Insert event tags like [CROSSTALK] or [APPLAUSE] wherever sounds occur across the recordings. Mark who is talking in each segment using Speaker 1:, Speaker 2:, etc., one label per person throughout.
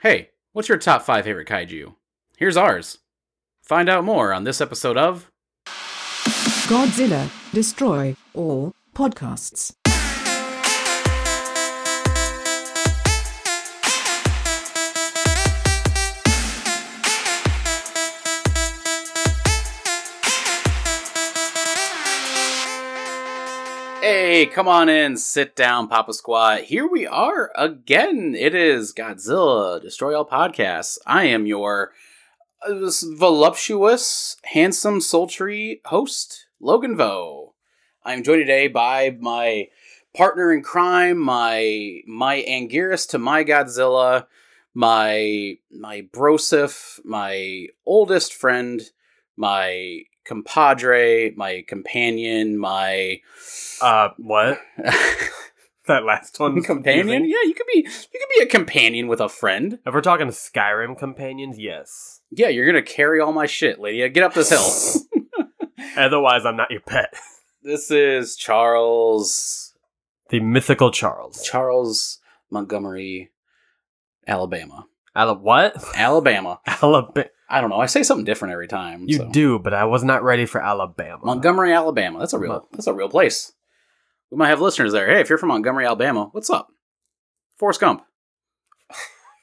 Speaker 1: Hey, what's your top five favorite kaiju? Here's ours. Find out more on this episode of
Speaker 2: Godzilla, Destroy All Podcasts.
Speaker 1: Hey, come on in, sit down, Papa Squad. Here we are again. It is Godzilla Destroy All Podcasts. I am your uh, voluptuous, handsome, sultry host, Logan Vo. I am joined today by my partner in crime, my my Anguirus to my Godzilla, my my Brosif, my oldest friend, my compadre, my companion, my
Speaker 3: Uh, what?
Speaker 1: [LAUGHS]
Speaker 3: that last one. was
Speaker 1: companion?
Speaker 3: confusing.
Speaker 1: Yeah, you could be you could be a companion with a friend.
Speaker 3: If we're talking Skyrim companions, yes.
Speaker 1: Yeah, you're gonna carry all my shit, Lydia. Get up this
Speaker 3: [LAUGHS]
Speaker 1: hill.
Speaker 3: Otherwise, I'm not your pet.
Speaker 1: this is Charles
Speaker 3: The mythical Charles.
Speaker 1: Charles Montgomery, Alabama.
Speaker 3: Ala- what?
Speaker 1: [LAUGHS] Alabama.
Speaker 3: Alabama.
Speaker 1: I don't know. I say something different every time.
Speaker 3: You
Speaker 1: so.
Speaker 3: do, but I was not ready for Alabama.
Speaker 1: Montgomery, Alabama. That's a real
Speaker 3: Mon-
Speaker 1: that's a real place. We might have listeners there. Hey, if you're from Montgomery, Alabama, what's up? Forrest Gump. [LAUGHS]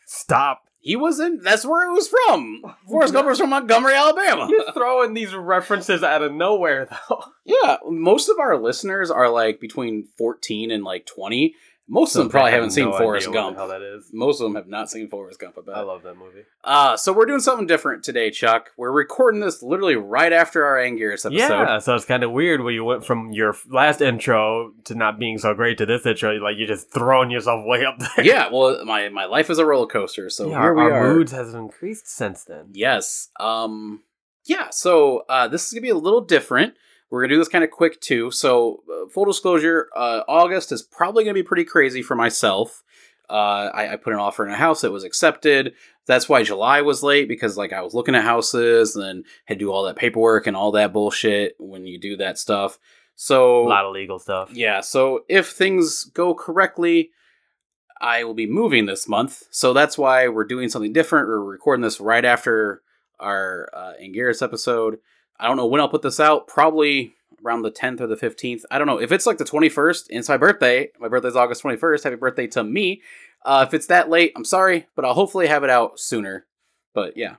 Speaker 3: Stop.
Speaker 1: He was in that's where he was
Speaker 3: [LAUGHS]
Speaker 1: from. Forrest Gump was from Montgomery, Alabama.
Speaker 3: You're throwing these references out of nowhere, though.
Speaker 1: Yeah, most of our listeners are like between 14 and like 20. Most of them probably
Speaker 3: [LAUGHS] I have
Speaker 1: haven't seen
Speaker 3: no
Speaker 1: Forrest
Speaker 3: idea what
Speaker 1: Gump.
Speaker 3: the hell that is.
Speaker 1: Most of them have not seen Forrest Gump. I bet.
Speaker 3: I love that movie.
Speaker 1: Uh, so we're doing something different today, Chuck. We're recording this literally right after our Anguirus episode.
Speaker 3: Yeah, so it's kind of weird when you went from your f- last intro to not being so great to this intro. Like you're just throwing yourself way up there.
Speaker 1: Yeah, well, my, my life is a roller coaster, so
Speaker 3: Yeah,
Speaker 1: here we
Speaker 3: our
Speaker 1: are.
Speaker 3: moods has increased since then.
Speaker 1: Yes. Um yeah, so uh this is going to be a little different. We're going to do this kind of quick too. So uh, full disclosure, uh August is probably going to be pretty crazy for myself. Uh I, I put an offer in a house that was accepted. That's why July was late because like I was looking at houses and then had to do all that paperwork and all that bullshit when you do that stuff. So
Speaker 3: A lot of legal stuff.
Speaker 1: yeah, so if things go correctly, I will be moving this month. So that's why we're doing something different. We're recording this right after our uh, Anguirus episode. I don't know when I'll put this out. Probably around the 10th or the 15th. I don't know. If it's like the 21st, and it's my birthday. My birthday's August 21st. Happy birthday to me. Uh, if it's that late, I'm sorry, but I'll hopefully have it out sooner. But yeah.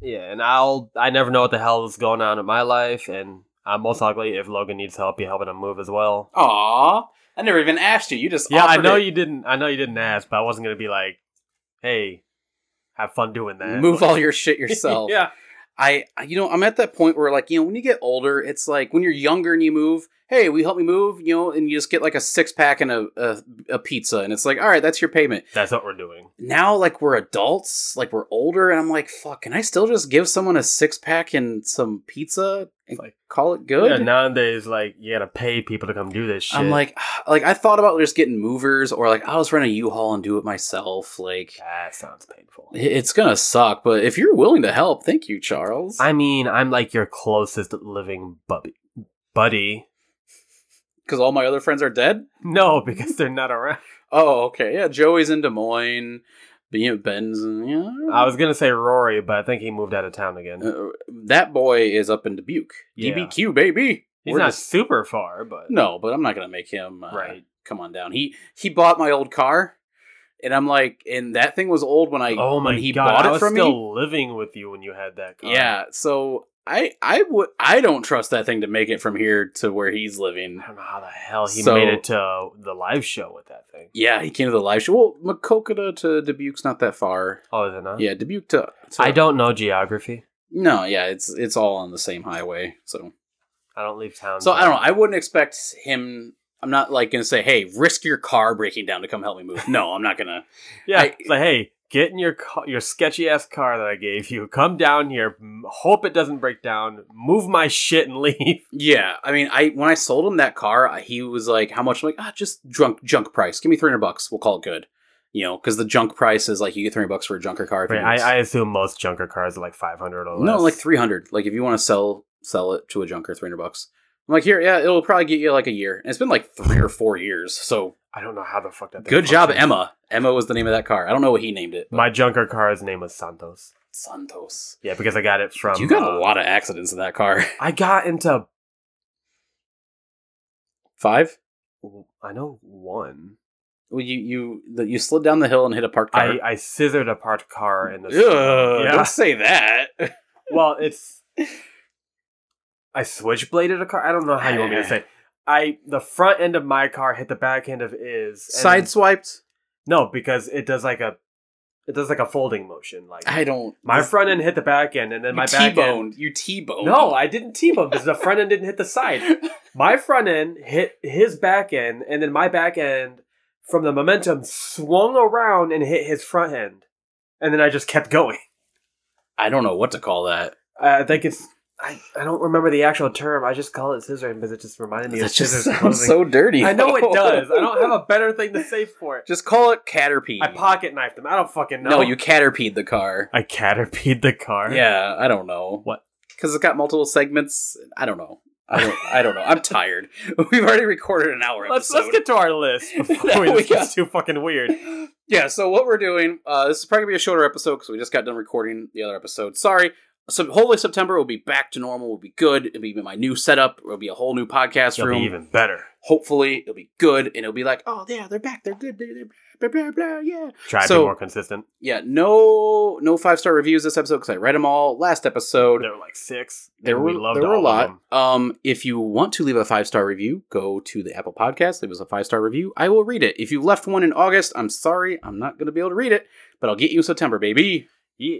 Speaker 3: Yeah, and I'll I never know what the hell is going on in my life, and I'm most likely if Logan needs help, you helping him move as well.
Speaker 1: Aw. I never even asked you. You just
Speaker 3: Yeah, I
Speaker 1: offered
Speaker 3: know
Speaker 1: it.
Speaker 3: you didn't. I know you didn't ask, but I wasn't gonna be like, "Hey, have fun doing that."
Speaker 1: move
Speaker 3: [LAUGHS]
Speaker 1: all your shit [LAUGHS] yourself.
Speaker 3: yeah,
Speaker 1: I, I- you know, I'm at that point where like, you know, when you get older, it's like when you're younger and you move, hey, will you help me move? You know, and you just get like a six pack and a, a, a pizza. And it's like, all right, that's your payment.
Speaker 3: that's what we're doing.
Speaker 1: Now, like, we're adults, like, we're older. And I'm like, fuck, can I still just give someone a six pack and some pizza and
Speaker 3: Like-
Speaker 1: call it good?
Speaker 3: Yeah, nowadays, like you gotta pay people to come do this shit.
Speaker 1: I'm like, [SIGHS] like, I thought about just getting movers or like, I'll just rent a U-Haul and do it myself. Like,
Speaker 3: that sounds painful.
Speaker 1: it- it's gonna suck. But if you're willing to help, thank you, Charles.
Speaker 3: I mean, I'm like your closest living buddy. Buddy,
Speaker 1: Because all my other friends are dead.
Speaker 3: no, [LAUGHS] because they're not around.
Speaker 1: Oh, okay. Yeah, Joey's in Des Moines. But, you know, Ben's. in- Yeah.
Speaker 3: I was gonna say Rory, but I think he moved out of town again.
Speaker 1: Uh, that boy is up in Dubuque.
Speaker 3: Yeah.
Speaker 1: DBQ, baby.
Speaker 3: He's
Speaker 1: We're
Speaker 3: not
Speaker 1: just-
Speaker 3: super far, but
Speaker 1: no, but I'm not gonna make him uh,
Speaker 3: right.
Speaker 1: come on down. He he bought my old car, and I'm like, and that thing was old when I
Speaker 3: oh my
Speaker 1: when he
Speaker 3: god!
Speaker 1: bought
Speaker 3: I
Speaker 1: it
Speaker 3: was
Speaker 1: from
Speaker 3: still
Speaker 1: me.
Speaker 3: living with you when you had that car.
Speaker 1: Yeah, so I I would I don't trust that thing to make it from here to where he's living.
Speaker 3: I don't know how the hell he
Speaker 1: So-
Speaker 3: made it to the live show with that thing.
Speaker 1: Yeah, he came to the live show. Well, Makokata to Dubuque's not that far.
Speaker 3: Oh, is it not?
Speaker 1: Yeah, Dubuque to, to
Speaker 3: I don't know geography.
Speaker 1: No, yeah, it's it's all on the same highway. So
Speaker 3: I don't leave town.
Speaker 1: So I don't know. I wouldn't expect him. I'm not like gonna say, "Hey, risk your car breaking down to come help me move." No, I'm not gonna.
Speaker 3: yeah.
Speaker 1: I-
Speaker 3: it's like, hey, get in your ca- your sketchy ass car that I gave you. Come down here. m- Hope it doesn't break down. Move my shit and [LAUGHS] leave.
Speaker 1: Yeah, I mean, I when I sold him that car, I- he was like, "How much?" I'm like, "Ah, just drunk junk price. Give me three hundred bucks. We'll call it good." You know, because the junk price is like you get three hundred bucks for a junker car. If
Speaker 3: Right,
Speaker 1: you use-
Speaker 3: I, I assume most junker cars are like five hundred or less.
Speaker 1: no, like three hundred. Like if you want to sell sell it to a junker, three hundred bucks. I'm like, here, yeah, it'll probably get you like a year. And it's been like three or four years. So
Speaker 3: I don't know how the fuck that. thing
Speaker 1: good job,
Speaker 3: functions.
Speaker 1: Emma. Emma was the name of that car. I don't know what he named it. but-
Speaker 3: My junker car's name was Santos.
Speaker 1: Santos.
Speaker 3: Yeah, because I got it from.
Speaker 1: you got a
Speaker 3: uh,
Speaker 1: lot of accidents in that car. [LAUGHS]
Speaker 3: I got into.
Speaker 1: Five.
Speaker 3: I know one.
Speaker 1: Well, you you the, you slid down the hill and hit a parked car.
Speaker 3: I, I scissored apart a car in the.
Speaker 1: Ugh,
Speaker 3: Yeah.
Speaker 1: Don't say that.
Speaker 3: well, [LAUGHS] it's I switchbladed a car. I don't know how you want me to say. [LAUGHS] it. I the front end of my car hit the back end of is and-
Speaker 1: Sideswiped.
Speaker 3: No, because it does like a it does like a folding motion. Like
Speaker 1: I don't.
Speaker 3: my front end hit the back end, and then my
Speaker 1: you
Speaker 3: back end.
Speaker 1: T-boned. You T-boned.
Speaker 3: No, I didn't T-bone because the front end didn't hit
Speaker 1: [LAUGHS]
Speaker 3: the side. My front end hit his back end, and then my back end from the momentum swung around and hit his front end, and then I just kept going.
Speaker 1: I don't know what to call
Speaker 3: [LAUGHS]
Speaker 1: that.
Speaker 3: I think it's. I, I don't remember the actual term. I just call it scissoring because it just reminded me
Speaker 1: That
Speaker 3: of
Speaker 1: just
Speaker 3: scissors.
Speaker 1: sounds
Speaker 3: closing.
Speaker 1: so dirty.
Speaker 3: I know
Speaker 1: [LAUGHS]
Speaker 3: it
Speaker 1: though.
Speaker 3: does. I don't have a better thing to say for
Speaker 1: [LAUGHS]
Speaker 3: it.
Speaker 1: Just call it caterpie.
Speaker 3: I pocket knifed him. I don't fucking know.
Speaker 1: No, you caterpied the car.
Speaker 3: I caterpied the car.
Speaker 1: Yeah, I don't know
Speaker 3: What?
Speaker 1: because it's got multiple segments. I don't know. I don't. I don't know.
Speaker 3: [LAUGHS]
Speaker 1: I'm tired. [LAUGHS] We've already recorded an hour.
Speaker 3: Let's
Speaker 1: episode.
Speaker 3: let's get to our
Speaker 1: [LAUGHS]
Speaker 3: list before we,
Speaker 1: No, we
Speaker 3: this gets too fucking
Speaker 1: [LAUGHS]
Speaker 3: weird.
Speaker 1: yeah, so what we're doing, uh, this is probably gonna be a shorter episode because we just got done recording the other episode. Sorry. So hopefully September will be back to normal. We'll be good. It'll be my new setup. It'll be a whole new podcast
Speaker 3: It'll be
Speaker 1: room.
Speaker 3: even better.
Speaker 1: Hopefully it'll be good, and it'll be like, oh yeah, they're back. They're good. They're, they're blah blah blah. Yeah.
Speaker 3: Try to
Speaker 1: So-
Speaker 3: be more consistent.
Speaker 1: Yeah. No, no five star reviews this episode because I read them all last episode.
Speaker 3: There were like six.
Speaker 1: There
Speaker 3: and
Speaker 1: were,
Speaker 3: we loved
Speaker 1: there were
Speaker 3: all
Speaker 1: a
Speaker 3: of
Speaker 1: lot.
Speaker 3: them.
Speaker 1: Um, if you want to leave a five star review, go to the Apple Podcast. Leave us a five star review. I will read it. If you left one in August, I'm sorry, I'm not going to be able to read it, but I'll get you in September, baby.
Speaker 3: Yeah.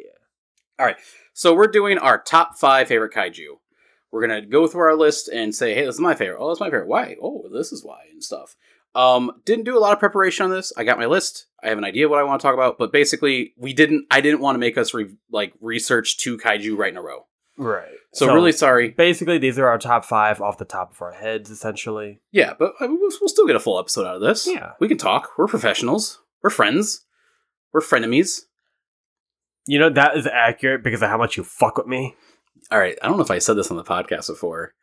Speaker 1: So we're doing our top five favorite kaiju. We're gonna go through our list and say, hey, this is my favorite. Oh, that's my favorite. Why? Oh, this is why and stuff. Um, didn't do a lot of preparation on this. I got my list. I have an idea what I want to talk about, but basically, we didn't. I didn't want to make us re- like research two kaiju right in a row.
Speaker 3: Right.
Speaker 1: So, really sorry.
Speaker 3: basically these are our top five off the top of our heads, essentially.
Speaker 1: Yeah, but I mean, we'll, we'll still get a full episode out of this.
Speaker 3: Yeah.
Speaker 1: We can talk. We're professionals. We're friends. We're frenemies.
Speaker 3: You know, that is accurate because of how much you fuck with me.
Speaker 1: All right. I don't know if I said this on the podcast before,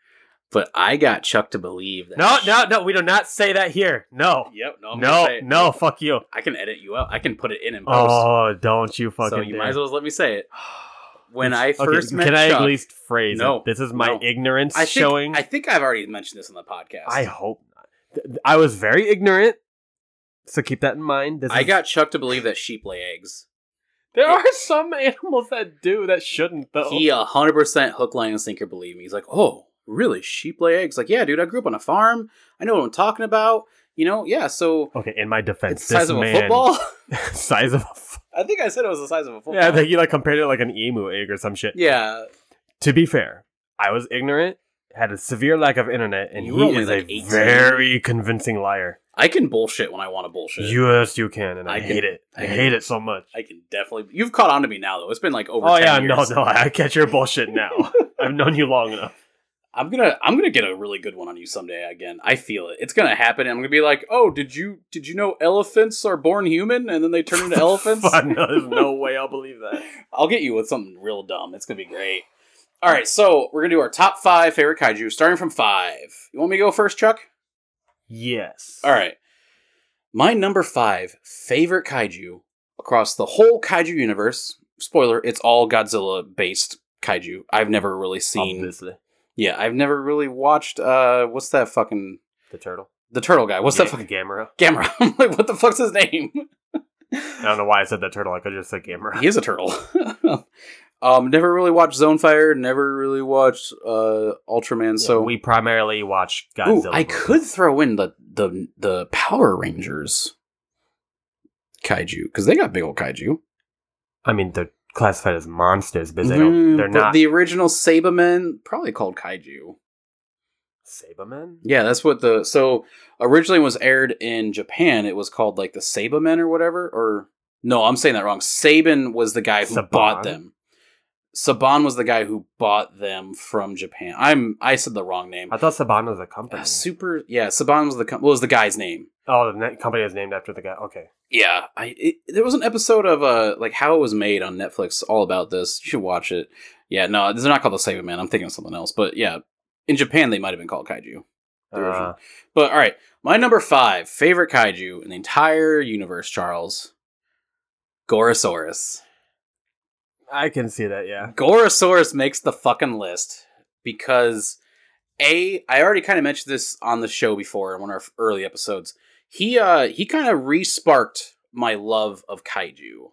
Speaker 1: but I got Chuck to believe that.
Speaker 3: No, no, no. We do not say that here. No,
Speaker 1: Yep. No. I'm gonna
Speaker 3: no,
Speaker 1: say it.
Speaker 3: no. Fuck you.
Speaker 1: I can edit you out. I can put it in and post.
Speaker 3: Oh, don't you fucking.
Speaker 1: so you
Speaker 3: dare.
Speaker 1: might as
Speaker 3: [SIGHS]
Speaker 1: well just let me say it. When I
Speaker 3: Okay,
Speaker 1: first met
Speaker 3: can I
Speaker 1: Chuck,
Speaker 3: at least phrase
Speaker 1: No,
Speaker 3: it? This is my
Speaker 1: no.
Speaker 3: ignorance
Speaker 1: I think,
Speaker 3: showing.
Speaker 1: I think I've already mentioned this on the podcast.
Speaker 3: I hope not. Th- th- I was very ignorant, so keep that in mind. This
Speaker 1: I
Speaker 3: [LAUGHS] is-
Speaker 1: got Chuck to believe that sheep lay eggs.
Speaker 3: There are some animals that do that shouldn't though.
Speaker 1: He uh, a hundred percent hook, line, and sinker believe me. He's like, oh, really? Sheep lay eggs? Like, yeah, dude. I grew up on a farm. I know what I'm talking about. You know, yeah. So
Speaker 3: okay, in my defense,
Speaker 1: it's the size
Speaker 3: this
Speaker 1: of a
Speaker 3: man,
Speaker 1: football. [LAUGHS]
Speaker 3: [LAUGHS] size of a. F-
Speaker 1: I think I said it was the size of a football.
Speaker 3: [LAUGHS] yeah, I think he like compared it like an emu egg or some shit.
Speaker 1: [LAUGHS] yeah.
Speaker 3: To be fair, I was ignorant, had a severe lack of internet, and
Speaker 1: You were
Speaker 3: he
Speaker 1: only,
Speaker 3: is
Speaker 1: like,
Speaker 3: a
Speaker 1: 18.
Speaker 3: very convincing liar.
Speaker 1: I can bullshit when I want to bullshit.
Speaker 3: Yes, you can, and I,
Speaker 1: I can-
Speaker 3: hate it.
Speaker 1: I
Speaker 3: I
Speaker 1: can-
Speaker 3: hate it so much.
Speaker 1: I can definitely. You've caught on to me now, though. It's been like over.
Speaker 3: Oh
Speaker 1: 10
Speaker 3: yeah,
Speaker 1: years.
Speaker 3: no, no, I [LAUGHS] catch your bullshit
Speaker 1: [LAUGHS]
Speaker 3: now. I've known you long enough.
Speaker 1: I'm gonna I'm gonna get a really good one on you someday again. I feel it. It's gonna happen. I'm gonna be like, oh, did you did you know elephants are born human and then they turn
Speaker 3: [LAUGHS]
Speaker 1: into elephants?
Speaker 3: Fuck, no,
Speaker 1: [LAUGHS]
Speaker 3: there's no way I'll believe that.
Speaker 1: I'll get you with something real dumb. It's gonna be great. All right, so we're gonna do our top five favorite kaiju, starting from five. You want me to go first, Chuck?
Speaker 3: Yes.
Speaker 1: All right. My number five favorite kaiju across the whole kaiju universe. Spoiler: It's all Godzilla based kaiju. I've never really seen.
Speaker 3: Obviously,
Speaker 1: Yeah, I've never really watched. Uh, what's that fucking
Speaker 3: the turtle.
Speaker 1: the turtle guy? What's
Speaker 3: Ga-
Speaker 1: that fucking [LAUGHS]
Speaker 3: Gamera?
Speaker 1: Gamera? I'm like, what the fuck's his name?
Speaker 3: I don't know why I said the turtle. I could just say Gamera.
Speaker 1: he is a turtle. [LAUGHS] um, never really watched Zonefire. Never really watched uh Ultraman.
Speaker 3: [LAUGHS] Yeah,
Speaker 1: so
Speaker 3: we primarily watch Godzilla.
Speaker 1: Ooh, I
Speaker 3: movies.
Speaker 1: could throw in the the the Power Rangers kaiju because they got big old kaiju.
Speaker 3: I mean, they're classified as monsters because they
Speaker 1: Mhm,
Speaker 3: don't. They're
Speaker 1: but
Speaker 3: not
Speaker 1: the original Sabermen, probably called kaiju.
Speaker 3: Sabermen.
Speaker 1: Yeah, that's what the so originally when it was aired in Japan. It was called like the Sabamen or whatever. Or no, I'm saying that wrong. Saban was the guy who
Speaker 3: Saban?
Speaker 1: bought them. Saban was the guy who bought them from Japan. I'm I said the wrong name.
Speaker 3: I thought Saban was a company.
Speaker 1: Uh, super, yeah. Saban was the com- what was the guy's name?
Speaker 3: oh, the ne- company is named after the guy. Okay.
Speaker 1: Yeah, I it, there was an episode of uh like how it was made on Netflix all about this. You should watch it. Yeah, no, they're not called the Saban Man. I'm thinking of something else. But yeah, In Japan, they might have been called kaiju. The original.
Speaker 3: Uh,
Speaker 1: But all right, my number five favorite kaiju in the entire universe, Charles. Gorosaurus.
Speaker 3: I can see that. Yeah.
Speaker 1: Gorosaurus makes the fucking list because a I already kind of mentioned this on the show before in one of our early episodes. He uh he kind of resparked my love of kaiju.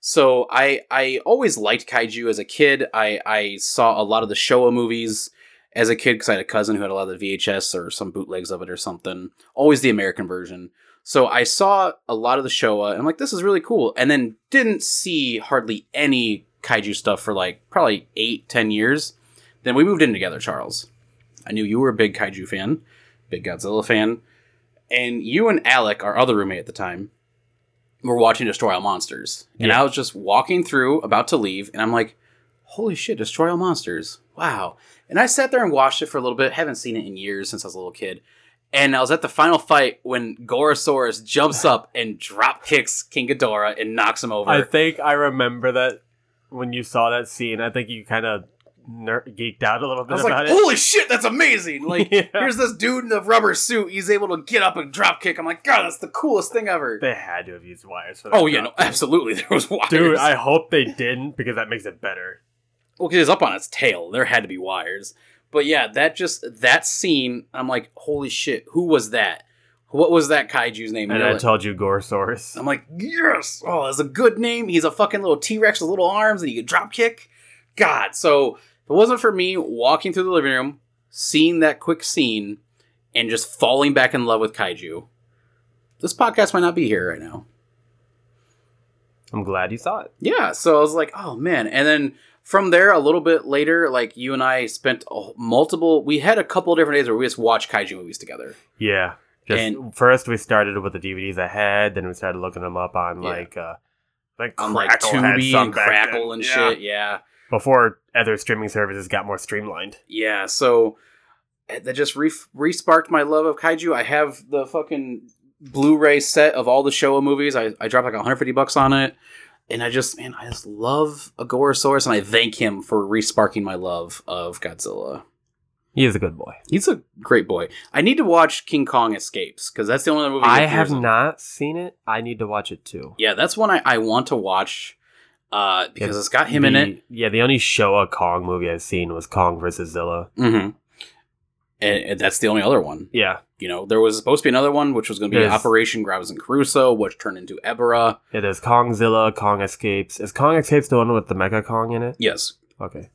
Speaker 1: So I I always liked kaiju as a kid. I I saw a lot of the Showa movies as a kid because I had a cousin who had a lot of the VHS or some bootlegs of it or something. Always the American version. So I saw a lot of the Showa and I'm like, this is really cool. And then didn't see hardly any kaiju stuff for like probably eight, ten years. Then we moved in together, Charles. I knew you were a big kaiju fan, big Godzilla fan. And you and Alec, our other roommate at the time, were watching Destroy All Monsters. And
Speaker 3: Yeah.
Speaker 1: I was just walking through, about to leave, and I'm like, holy shit, Destroy All Monsters. Wow. And I sat there and watched it for a little bit. Haven't seen it in years since I was a little kid. And I was at the final fight when Gorosaurus jumps up and drop kicks King Ghidorah and knocks him over.
Speaker 3: I think I remember that when you saw that scene. I think you kind of ner- geeked out a little
Speaker 1: I
Speaker 3: bit
Speaker 1: was
Speaker 3: about
Speaker 1: like,
Speaker 3: it.
Speaker 1: holy shit, that's
Speaker 3: [LAUGHS]
Speaker 1: amazing. Like,
Speaker 3: Yeah.
Speaker 1: here's this dude in the rubber suit. He's able to get up and drop kick. I'm like, God, that's the coolest thing ever.
Speaker 3: They had to have used wires for that.
Speaker 1: oh, yeah, no,
Speaker 3: drop.
Speaker 1: absolutely. [LAUGHS] There was wires.
Speaker 3: Dude, I hope they didn't because that makes it better.
Speaker 1: well, 'cause it's up on its tail. There had to be wires. But yeah, that just, that scene, I'm like, holy shit, who was that? What was that kaiju's name?
Speaker 3: And
Speaker 1: You're
Speaker 3: I
Speaker 1: like-
Speaker 3: told you Gorosaurus.
Speaker 1: I'm like, yes, oh, that's a good name. He's a fucking little T Rex with little arms and he can drop kick. God, so if it wasn't for me walking through the living room, seeing that quick scene, and just falling back in love with kaiju, this podcast might not be here right now.
Speaker 3: I'm glad you saw it.
Speaker 1: Yeah, so I was like, oh man, and then from there a little bit later, like you and I spent a- multiple. We had a couple different days where we just watched kaiju movies together.
Speaker 3: Yeah. Just
Speaker 1: And-
Speaker 3: first we started with the DVDs I had, then we started looking them up on
Speaker 1: Yeah.
Speaker 3: like uh like
Speaker 1: On Um,
Speaker 3: Crackle
Speaker 1: like
Speaker 3: had
Speaker 1: Tubi
Speaker 3: some
Speaker 1: and
Speaker 3: back then.
Speaker 1: Crackle and
Speaker 3: Yeah.
Speaker 1: shit. Yeah.
Speaker 3: Before other streaming services got more streamlined.
Speaker 1: yeah so eh, that just re- re-sparked my love of kaiju i have the fucking blu-ray set of all the showa movies i, I dropped like 150 bucks on it and i just man i just love agorosaurus and i thank him for re-sparking my love of godzilla
Speaker 3: He is a good boy.
Speaker 1: he's a great boy i need to watch king kong escapes because that's the only other movie he
Speaker 3: I
Speaker 1: appears
Speaker 3: have
Speaker 1: in.
Speaker 3: not seen it. I need to watch it too.
Speaker 1: yeah that's one i, I want to watch uh, because it's got him in
Speaker 3: The-
Speaker 1: it
Speaker 3: Yeah, the only Showa Kong movie I've seen was Kong versus Zilla.
Speaker 1: mm-hmm. and, and that's the only other one
Speaker 3: Yeah.
Speaker 1: you know, there was supposed to be another one, which was going to be
Speaker 3: Yes.
Speaker 1: Operation Graves and Caruso, which turned into Ebera.
Speaker 3: Yeah, there's Kongzilla, Kong Escapes. Is Kong Escapes the one with the Mecha Kong in it?
Speaker 1: Yes.
Speaker 3: Okay.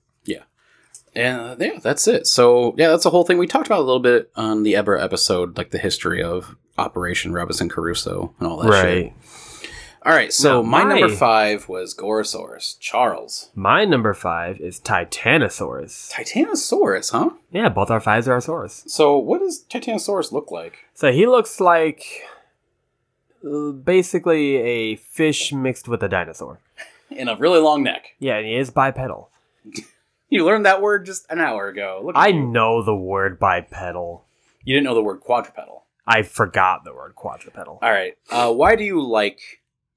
Speaker 1: And uh, yeah, that's it. So, yeah, that's the whole thing. We talked about a little bit on the Ebera episode, like the history of Operation Robinson Caruso and all that shit.
Speaker 3: right.
Speaker 1: All right. So,
Speaker 3: Now,
Speaker 1: my,
Speaker 3: my-
Speaker 1: number five was Gorosaurus. Charles.
Speaker 3: My number five is Titanosaurus.
Speaker 1: Titanosaurus, huh?
Speaker 3: Yeah, both our fives are our source.
Speaker 1: So, what does Titanosaurus look like?
Speaker 3: So he looks like uh, basically a fish mixed with a dinosaur.
Speaker 1: In a really long neck.
Speaker 3: Yeah, and he is bipedal.
Speaker 1: You learned that word just an hour ago. Look at
Speaker 3: I
Speaker 1: you.
Speaker 3: know the word bipedal.
Speaker 1: You didn't know the word quadrupedal.
Speaker 3: I forgot the word quadrupedal.
Speaker 1: All right. Uh, why do you like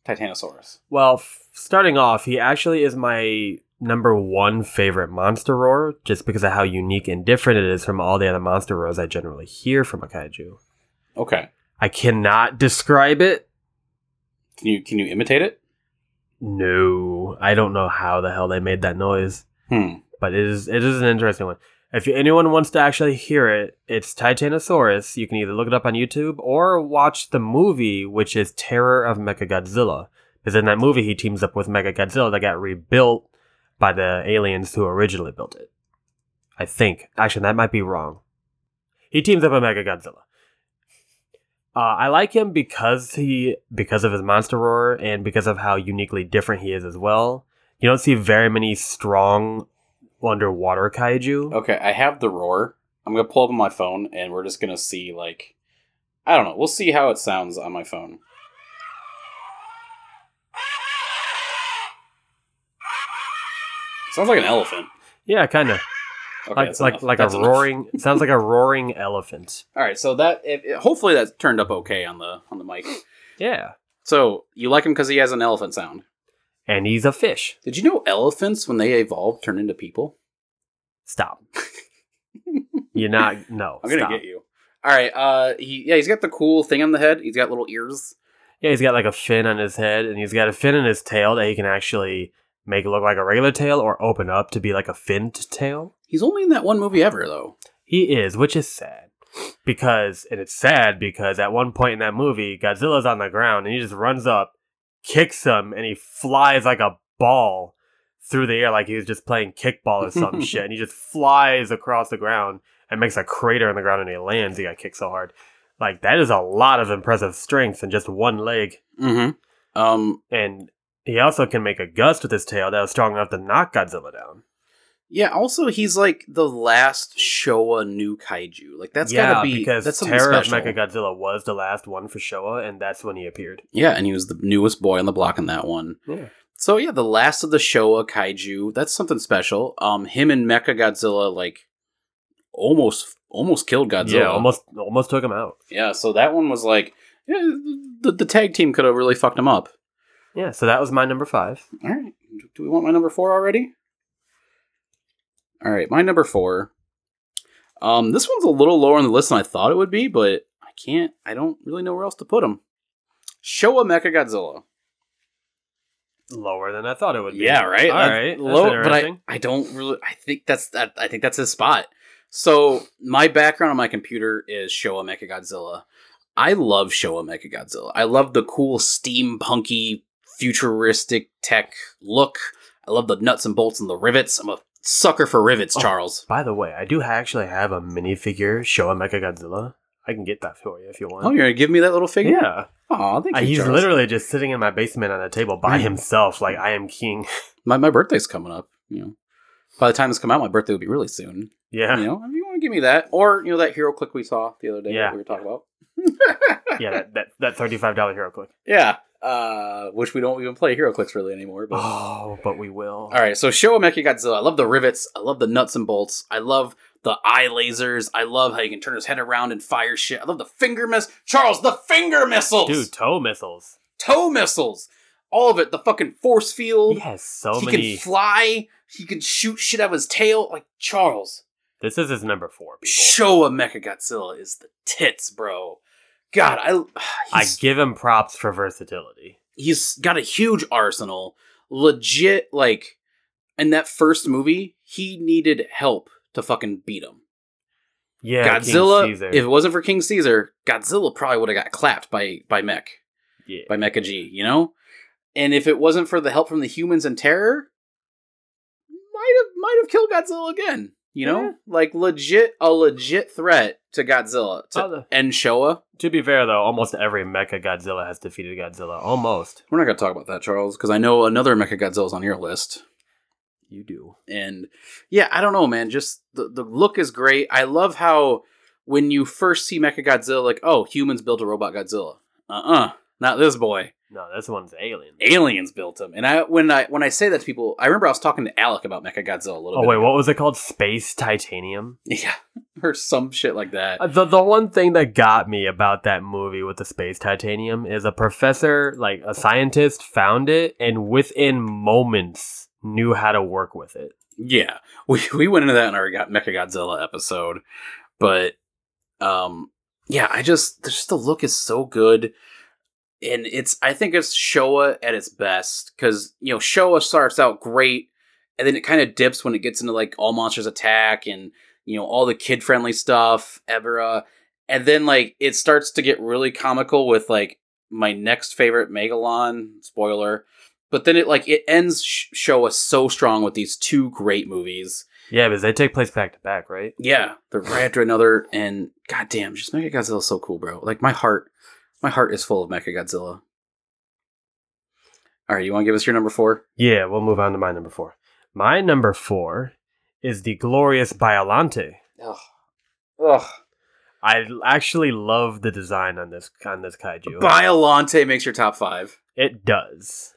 Speaker 1: Titanosaurus?
Speaker 3: Well, f- starting off, he actually is my number one favorite monster roar, just because of how unique and different it is from all the other monster roars I generally hear from a kaiju.
Speaker 1: Okay.
Speaker 3: I cannot describe it.
Speaker 1: Can you can you imitate it?
Speaker 3: No, I don't know how the hell they made that noise.
Speaker 1: Hmm.
Speaker 3: but it is it is an interesting one. If anyone wants to actually hear it, it's Titanosaurus. You can either look it up on YouTube or watch the movie, which is Terror of Mechagodzilla. Because in that movie, he teams up with Mechagodzilla that got rebuilt by the aliens who originally built it. I think. Actually, that might be wrong. He teams up with Mechagodzilla. Uh, I like him because he because of his monster roar and because of how uniquely different he is as well. You don't see very many strong underwater kaiju.
Speaker 1: Okay, I have the roar. I'm gonna pull up on my phone, and we're just gonna see like, I don't know. We'll see how it sounds on my phone. Sounds like an elephant.
Speaker 3: Yeah, kind of
Speaker 1: [LAUGHS] Okay,
Speaker 3: like
Speaker 1: that's
Speaker 3: like
Speaker 1: enough.
Speaker 3: like a
Speaker 1: That's enough.
Speaker 3: roaring.
Speaker 1: [LAUGHS]
Speaker 3: sounds like a roaring elephant.
Speaker 1: All right, so that it, it- hopefully that turned up okay on the on the mic.
Speaker 3: Yeah,
Speaker 1: So you like him because he has an elephant sound.
Speaker 3: and he's a fish.
Speaker 1: Did [LAUGHS] you know elephants when they evolve turn into people?
Speaker 3: Stop. You're not. No.
Speaker 1: I'm gonna
Speaker 3: stop.
Speaker 1: get you. All right. Uh, he yeah, he's got the cool thing on the head. He's got little ears.
Speaker 3: Yeah, he's got like a fin on his head, and he's got a fin in his tail that he can actually make look like a regular tail or open up to be like a finned tail.
Speaker 1: He's only in that one movie ever though.
Speaker 3: He is, which is sad. Because, and it's sad because at one point in that movie, Godzilla's on the ground and he just runs up, kicks him, and he flies like a ball through the air like he was just playing kickball or some shit. And he just flies across the ground and makes a crater in the ground and he lands. He got kicked so hard. Like, that is a lot of impressive strength in just one leg.
Speaker 1: Mm-hmm. Um.
Speaker 3: And he also can make a gust with his tail that was strong enough to knock Godzilla down.
Speaker 1: Yeah. Also, he's like the last Showa new kaiju. Like that's gotta be
Speaker 3: because
Speaker 1: that's something
Speaker 3: Terror
Speaker 1: special.
Speaker 3: of Mechagodzilla was the last one for Showa, and that's when he appeared.
Speaker 1: Yeah, and he was the newest boy on the block in that one.
Speaker 3: Yeah.
Speaker 1: So yeah, the last of the Showa kaiju. That's something special. Um, him and Mecha Godzilla like almost almost killed Godzilla.
Speaker 3: Yeah, almost almost took him out.
Speaker 1: Yeah. So that one was like yeah, the, the tag team could have really fucked him up.
Speaker 3: Yeah, so that was my number five.
Speaker 1: All right. Do we want my number four already? All right, my number four. Um, this one's a little lower on the list than I thought it would be, but I can't. I don't really know where else to put him. Showa Mecha Godzilla.
Speaker 3: Lower than I thought it would be.
Speaker 1: Yeah, right.
Speaker 3: All
Speaker 1: That's
Speaker 3: right, that's
Speaker 1: low, but I,
Speaker 3: interesting.
Speaker 1: I don't really. I think that's that. I think that's his spot. So my background on my computer is Showa Mechagodzilla. I love Showa Mechagodzilla. I love the cool steampunky, futuristic tech look. I love the nuts and bolts and the rivets. I'm a sucker for rivets,
Speaker 3: Oh.
Speaker 1: Charles.
Speaker 3: By the way, I do actually have a minifigure Showa Mechagodzilla. I can get that for you if you want.
Speaker 1: Oh, you're gonna give me that little figure?
Speaker 3: yeah.
Speaker 1: Aw, thank
Speaker 3: Uh,
Speaker 1: you,
Speaker 3: he's
Speaker 1: Charles.
Speaker 3: literally just sitting in my basement on a table by
Speaker 1: Mm.
Speaker 3: himself, like I am king. [LAUGHS]
Speaker 1: my my birthday's coming up. You know, by the time this come out, my birthday will be really soon.
Speaker 3: Yeah,
Speaker 1: You know, if you want to give me that, or you know that hero click we saw the other day
Speaker 3: Yeah.
Speaker 1: that we were talking about.
Speaker 3: [LAUGHS] yeah. That that, that thirty five dollar hero click.
Speaker 1: Yeah, uh, which we don't even play hero clicks really anymore. But
Speaker 3: Oh, but we
Speaker 1: all
Speaker 3: will.
Speaker 1: right, so Showa Mechagodzilla. I love the rivets. I love the nuts and bolts. I love the eye lasers. I love how you can turn his head around and fire shit. I love the finger miss. Charles, the finger missiles,
Speaker 3: dude, toe missiles.
Speaker 1: toe missiles, all of it. The fucking force field.
Speaker 3: He has so
Speaker 1: he
Speaker 3: many.
Speaker 1: can fly. He can shoot shit out of his tail. Like Charles,
Speaker 3: this is his number four. People,
Speaker 1: Showa Mechagodzilla is the tits, bro. God, I [SIGHS]
Speaker 3: I
Speaker 1: he's-
Speaker 3: give him props for versatility.
Speaker 1: he's got a huge arsenal legit like in that first movie he needed help to fucking beat him
Speaker 3: Yeah, King
Speaker 1: godzilla
Speaker 3: Caesar.
Speaker 1: if it wasn't for king caesar godzilla probably would have got clapped by by mech
Speaker 3: yeah.
Speaker 1: by mecha g you know and if it wasn't for the help from the humans and terror might have might have killed godzilla again you know
Speaker 3: Yeah.
Speaker 1: like legit a legit threat to godzilla to
Speaker 3: Other-
Speaker 1: end showa
Speaker 3: To be fair, though, almost every Mecha Godzilla has defeated Godzilla. Almost.
Speaker 1: we're not gonna talk about that charles because i know another mecha godzilla's on your list
Speaker 3: You do.
Speaker 1: and yeah i don't know man just the, the look is great i love how when you first see mecha godzilla like oh humans built a robot godzilla uh-uh not this boy
Speaker 3: No, this one's alien.
Speaker 1: aliens built him and i when i when i say that to people i remember i was talking to alec about mecha godzilla a little
Speaker 3: Oh
Speaker 1: bit
Speaker 3: wait,
Speaker 1: ago.
Speaker 3: what was it called? Space Titanium.
Speaker 1: [LAUGHS] yeah or some shit like that
Speaker 3: Uh, The the one thing that got me about that movie with the space titanium is a professor, like a scientist, found it and within moments knew how to work with it.
Speaker 1: yeah [LAUGHS] we, we went into that in our got mecha godzilla episode but um yeah i just just the look is so good and it's i think it's showa at its best because you know showa starts out great and then it kind of dips when it gets into like all monsters attack and you know all the kid friendly stuff ebera and then like it starts to get really comical with like my next favorite megalon spoiler but then it like it ends Sh- showa so strong with these two great movies
Speaker 3: Yeah, because they take place back to back, right?
Speaker 1: yeah, they're right after another, and goddamn, just Mechagodzilla's so cool, bro. Like my heart, my heart is full of Mechagodzilla. All right, you want to give us your number four?
Speaker 3: Yeah, we'll move on to my number four. My number four is the glorious Biolante.
Speaker 1: Ugh. Ugh.
Speaker 3: I l- actually love the design on this on this kaiju.
Speaker 1: Biolante makes your top five. [SIGHS]
Speaker 3: it does,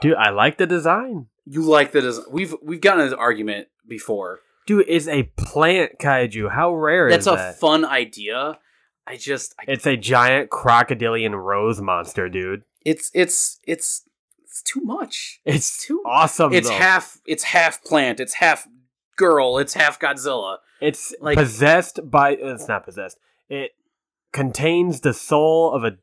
Speaker 3: dude. I like the design.
Speaker 1: you like that? As we've we've gotten into this argument before.
Speaker 3: Dude, it's a plant kaiju. How rare
Speaker 1: That's
Speaker 3: is
Speaker 1: a
Speaker 3: that?
Speaker 1: fun idea. I just I,
Speaker 3: It's a giant crocodilian rose monster, dude.
Speaker 1: it's it's it's it's too much.
Speaker 3: It's
Speaker 1: too
Speaker 3: awesome.
Speaker 1: It's
Speaker 3: though.
Speaker 1: half it's half plant. It's half girl. It's half Godzilla.
Speaker 3: It's
Speaker 1: Like-
Speaker 3: possessed by. uh, It's not possessed. It contains the soul of a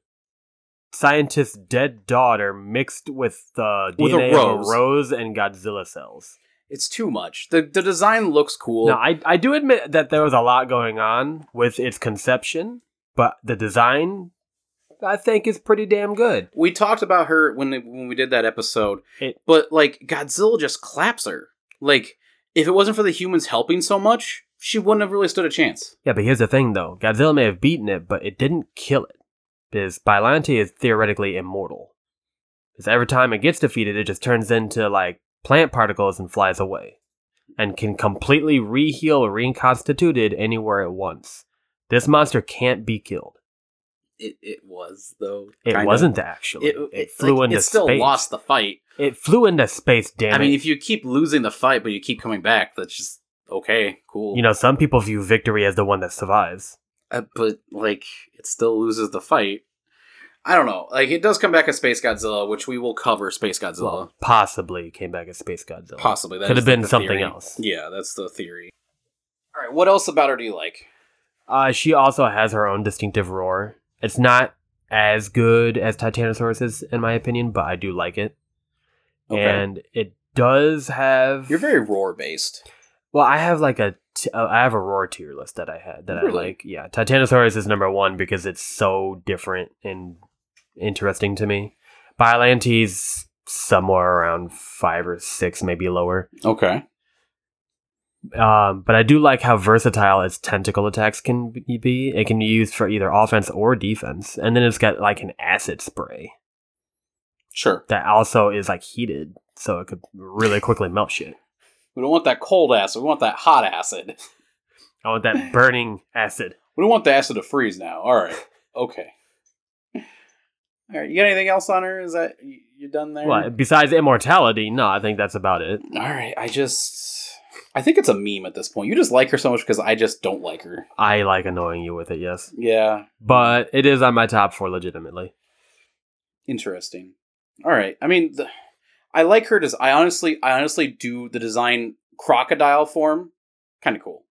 Speaker 3: scientist's dead daughter mixed with the
Speaker 1: With a
Speaker 3: DNA of
Speaker 1: rose.
Speaker 3: a rose and Godzilla cells.
Speaker 1: It's too much. The the design looks cool.
Speaker 3: Now, I I do admit that there was a lot going on with its conception, but the design I think is pretty damn good.
Speaker 1: we talked about her when when we did that episode,
Speaker 3: It-
Speaker 1: but like Godzilla just claps her. Like if it wasn't for the humans helping so much, she wouldn't have really stood a chance.
Speaker 3: Yeah, but here's the thing though: Godzilla may have beaten it, but it didn't kill it. Because Bylante is theoretically immortal. Because every time it gets defeated, it just turns into like plant particles and flies away, and can completely reheal or reconstituted anywhere it wants. This monster can't be killed.
Speaker 1: It it was though.
Speaker 3: It
Speaker 1: kinda.
Speaker 3: wasn't actually. It, flew
Speaker 1: like,
Speaker 3: into
Speaker 1: It still
Speaker 3: space.
Speaker 1: lost the fight.
Speaker 3: It flew into space. Damn
Speaker 1: I mean,
Speaker 3: it.
Speaker 1: if you keep losing the fight but you keep coming back, that's just okay, cool.
Speaker 3: You know, some people view victory as the one that survives.
Speaker 1: Uh, but like it still loses the fight. I don't know. Like it does come back as Space Godzilla, which we will cover Space Godzilla.
Speaker 3: Well, possibly came back as Space Godzilla.
Speaker 1: Possibly that
Speaker 3: Could
Speaker 1: is
Speaker 3: have been
Speaker 1: the
Speaker 3: something
Speaker 1: theory.
Speaker 3: else.
Speaker 1: Yeah, that's the theory. All right, what else about her do you like?
Speaker 3: Uh, she also has her own distinctive roar. It's not as good as Titanosaurus's, in my opinion, but I do like it. And it does have.
Speaker 1: you're very roar based.
Speaker 3: Well, I have like a. T- uh, I have a roar tier list that I had that
Speaker 1: Really?
Speaker 3: I like. Yeah, Titanosaurus is number one because it's so different and interesting to me. Biolante's somewhere around five or six, maybe lower.
Speaker 1: Okay.
Speaker 3: Um, but I do like how versatile its tentacle attacks can be- be. It can be used for either offense or defense, and then it's got like an acid spray
Speaker 1: Sure.
Speaker 3: that also is like heated, so it could really quickly melt shit.
Speaker 1: We don't want that cold acid. We want that hot acid.
Speaker 3: I
Speaker 1: [LAUGHS]
Speaker 3: want that burning acid.
Speaker 1: We don't want the acid to freeze now. All right. Okay. All right. You got anything else on her? Is that you you done there?
Speaker 3: Well, besides immortality, no, I think that's about it.
Speaker 1: All right. I just. I think it's a meme at this point. You just like her so much because I just don't like her.
Speaker 3: I like annoying you with it, yes,
Speaker 1: Yeah.
Speaker 3: but it is on my top four legitimately.
Speaker 1: Interesting. All right. I mean, the, I like her. Des- I honestly, I honestly do the design crocodile form. Kind of cool.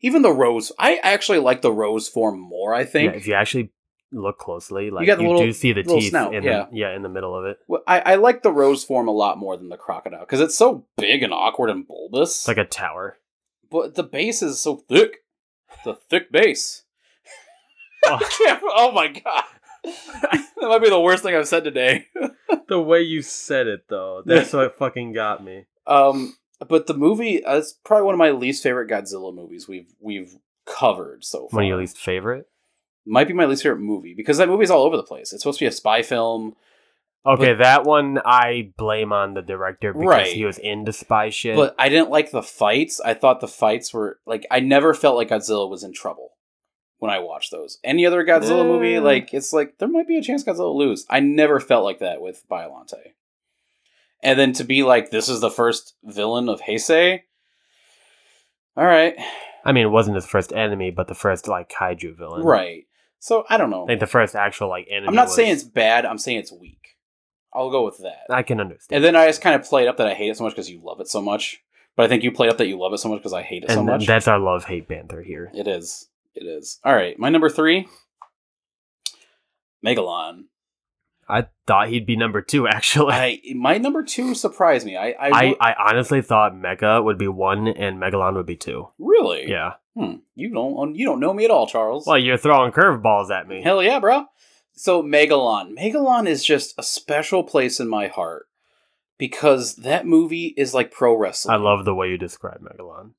Speaker 1: Even the rose. I actually like the rose form more. I
Speaker 3: Yeah, if
Speaker 1: think.
Speaker 3: you actually look closely, like you,
Speaker 1: got the little-
Speaker 3: do see the
Speaker 1: little
Speaker 3: teeth,
Speaker 1: snout,
Speaker 3: in
Speaker 1: yeah.
Speaker 3: the, yeah, in the middle of it.
Speaker 1: Well, I, I like the rose form a lot more than the crocodile because it's so big and awkward and bulbous.
Speaker 3: It's like a tower.
Speaker 1: but the base is so thick. The thick base.
Speaker 3: Oh.
Speaker 1: [LAUGHS] I can't- oh my god. [LAUGHS] that might be the worst thing I've said today.
Speaker 3: [LAUGHS] The way you said it, though,
Speaker 1: [LAUGHS]
Speaker 3: that's what fucking got me.
Speaker 1: Um, but the movie uh, it's probably one of my least favorite Godzilla movies we've we've covered so far.
Speaker 3: One of your least favorite?
Speaker 1: Might be my least favorite movie because that movie's all over the place. It's supposed to be a spy film,
Speaker 3: Okay, that one I blame on the director because
Speaker 1: Right.
Speaker 3: he was into spy shit.
Speaker 1: but I didn't like the fights. I thought the fights were like I never felt like Godzilla was in trouble when I watched those. Any other Godzilla
Speaker 3: Yeah.
Speaker 1: movie, like it's like there might be a chance Godzilla will lose. I never felt like that with Biolante. And then to be like, this is the first villain of Heisei. All right,
Speaker 3: I mean, it wasn't his first enemy, but the first like kaiju villain.
Speaker 1: right. So I don't know.
Speaker 3: I think the first actual like enemy.
Speaker 1: I'm not
Speaker 3: was-
Speaker 1: saying it's bad. I'm saying it's weak. I'll go with that.
Speaker 3: I can understand.
Speaker 1: And then I just kind of played up that I hate it so much because you love it so much. But I think you played up that you love it so much because I hate it so
Speaker 3: And
Speaker 1: much.
Speaker 3: that's our love hate banter here.
Speaker 1: it is. It is. All right. My number three, Megalon.
Speaker 3: I thought he'd be number two [LAUGHS] actually. I
Speaker 1: I my number two surprised me. I I,
Speaker 3: I, honestly thought Mecha would be one and Megalon would be two.
Speaker 1: really.
Speaker 3: Yeah.
Speaker 1: Hmm. You don't you don't know me at all, Charles.
Speaker 3: Well, you're throwing curveballs at
Speaker 1: [LAUGHS]
Speaker 3: me.
Speaker 1: Hell yeah, bro. So Megalon. Megalon is just a special place in my heart because that movie is like pro wrestling.
Speaker 3: I love the way you describe Megalon.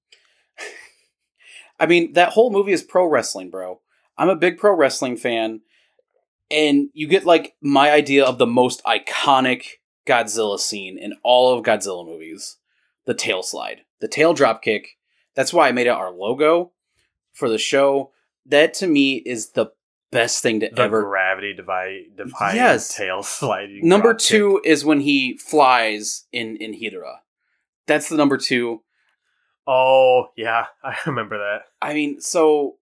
Speaker 1: I mean, that whole movie is pro wrestling, bro. I'm a big pro wrestling fan, and you get like my idea of the most iconic Godzilla scene in all of Godzilla movies the tail slide, the tail drop kick. That's why I made it our logo for the show. That to me is the best thing to
Speaker 3: The
Speaker 1: ever
Speaker 3: gravity devi- defying
Speaker 1: Yes.
Speaker 3: tail [LAUGHS] sliding.
Speaker 1: Number
Speaker 3: dropkick.
Speaker 1: two is when he flies in in Hidra. That's the number two.
Speaker 3: Oh yeah, [LAUGHS] I remember that.
Speaker 1: I mean, so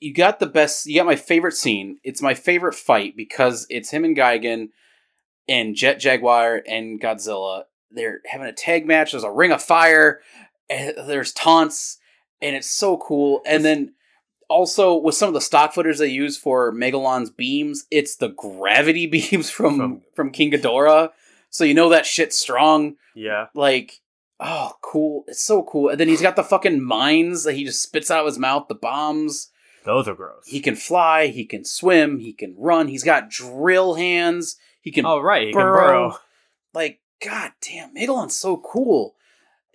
Speaker 1: you got the best. You got my favorite scene. It's my favorite fight because it's him and Gigan and Jet Jaguar and Godzilla. They're having a tag match. There's a ring of fire, and there's taunts, and it's so cool. And then also with some of the stock footers they use for Megalon's beams, it's the gravity [LAUGHS] beams from from,
Speaker 3: From-
Speaker 1: King Ghidorah, so you know that shit's strong.
Speaker 3: Yeah.
Speaker 1: Like, oh, cool! It's so cool. And then he's got the fucking mines that he just spits out of his mouth, the bombs.
Speaker 3: Those are gross.
Speaker 1: He can fly, he can swim, he can run. He's got drill hands. He can
Speaker 3: oh right, he can
Speaker 1: burrow.
Speaker 3: burrow.
Speaker 1: like god damn Megalon's so cool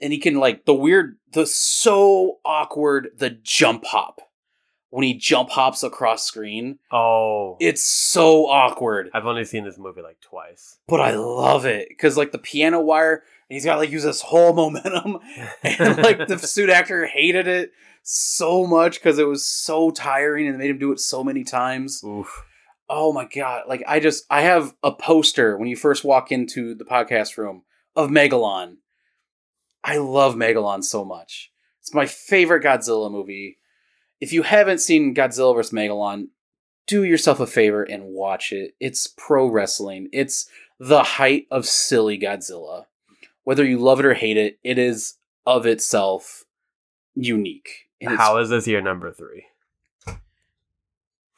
Speaker 1: and he can like the weird the so awkward the jump hop when he jump hops across screen
Speaker 3: Oh,
Speaker 1: it's so awkward
Speaker 3: I've only seen this movie like twice.
Speaker 1: but i love it because like the piano wire and he's got to like use this whole [LAUGHS] momentum [LAUGHS] [LAUGHS] and
Speaker 3: [LAUGHS]
Speaker 1: like the suit actor hated it so much because it was so tiring and made him do it so many times
Speaker 3: Oof.
Speaker 1: Oh my god! Like I just I have a poster when you first walk into the podcast room of Megalon. I love Megalon so much. It's my favorite Godzilla movie. If you haven't seen Godzilla vs Megalon, do yourself a favor and watch it. It's pro wrestling. It's the height of silly Godzilla. Whether you love it or hate it, it is of itself unique. And it's-
Speaker 3: How is this your number three?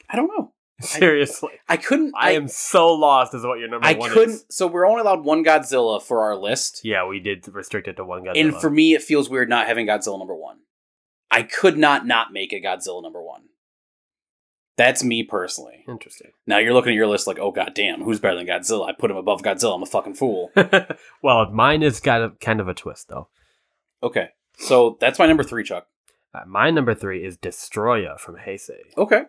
Speaker 1: I don't know.
Speaker 3: [LAUGHS] Seriously,
Speaker 1: I couldn't.
Speaker 3: I, am so lost. Is what your number
Speaker 1: I
Speaker 3: one
Speaker 1: couldn't.
Speaker 3: is?
Speaker 1: So we're only allowed one Godzilla for our list,
Speaker 3: Yeah, we did restrict it to one Godzilla.
Speaker 1: and for me, it feels weird not having Godzilla number one. I could not not make a Godzilla number one. That's me personally.
Speaker 3: interesting. [LAUGHS]
Speaker 1: Now you're looking at your list like, oh god damn, who's better than Godzilla? I put him above Godzilla. I'm a fucking fool.
Speaker 3: well, mine is got a, kind of a twist though.
Speaker 1: okay, so that's my number three, Chuck.
Speaker 3: Uh, my number three is Destroya from Heisei.
Speaker 1: Okay,
Speaker 3: He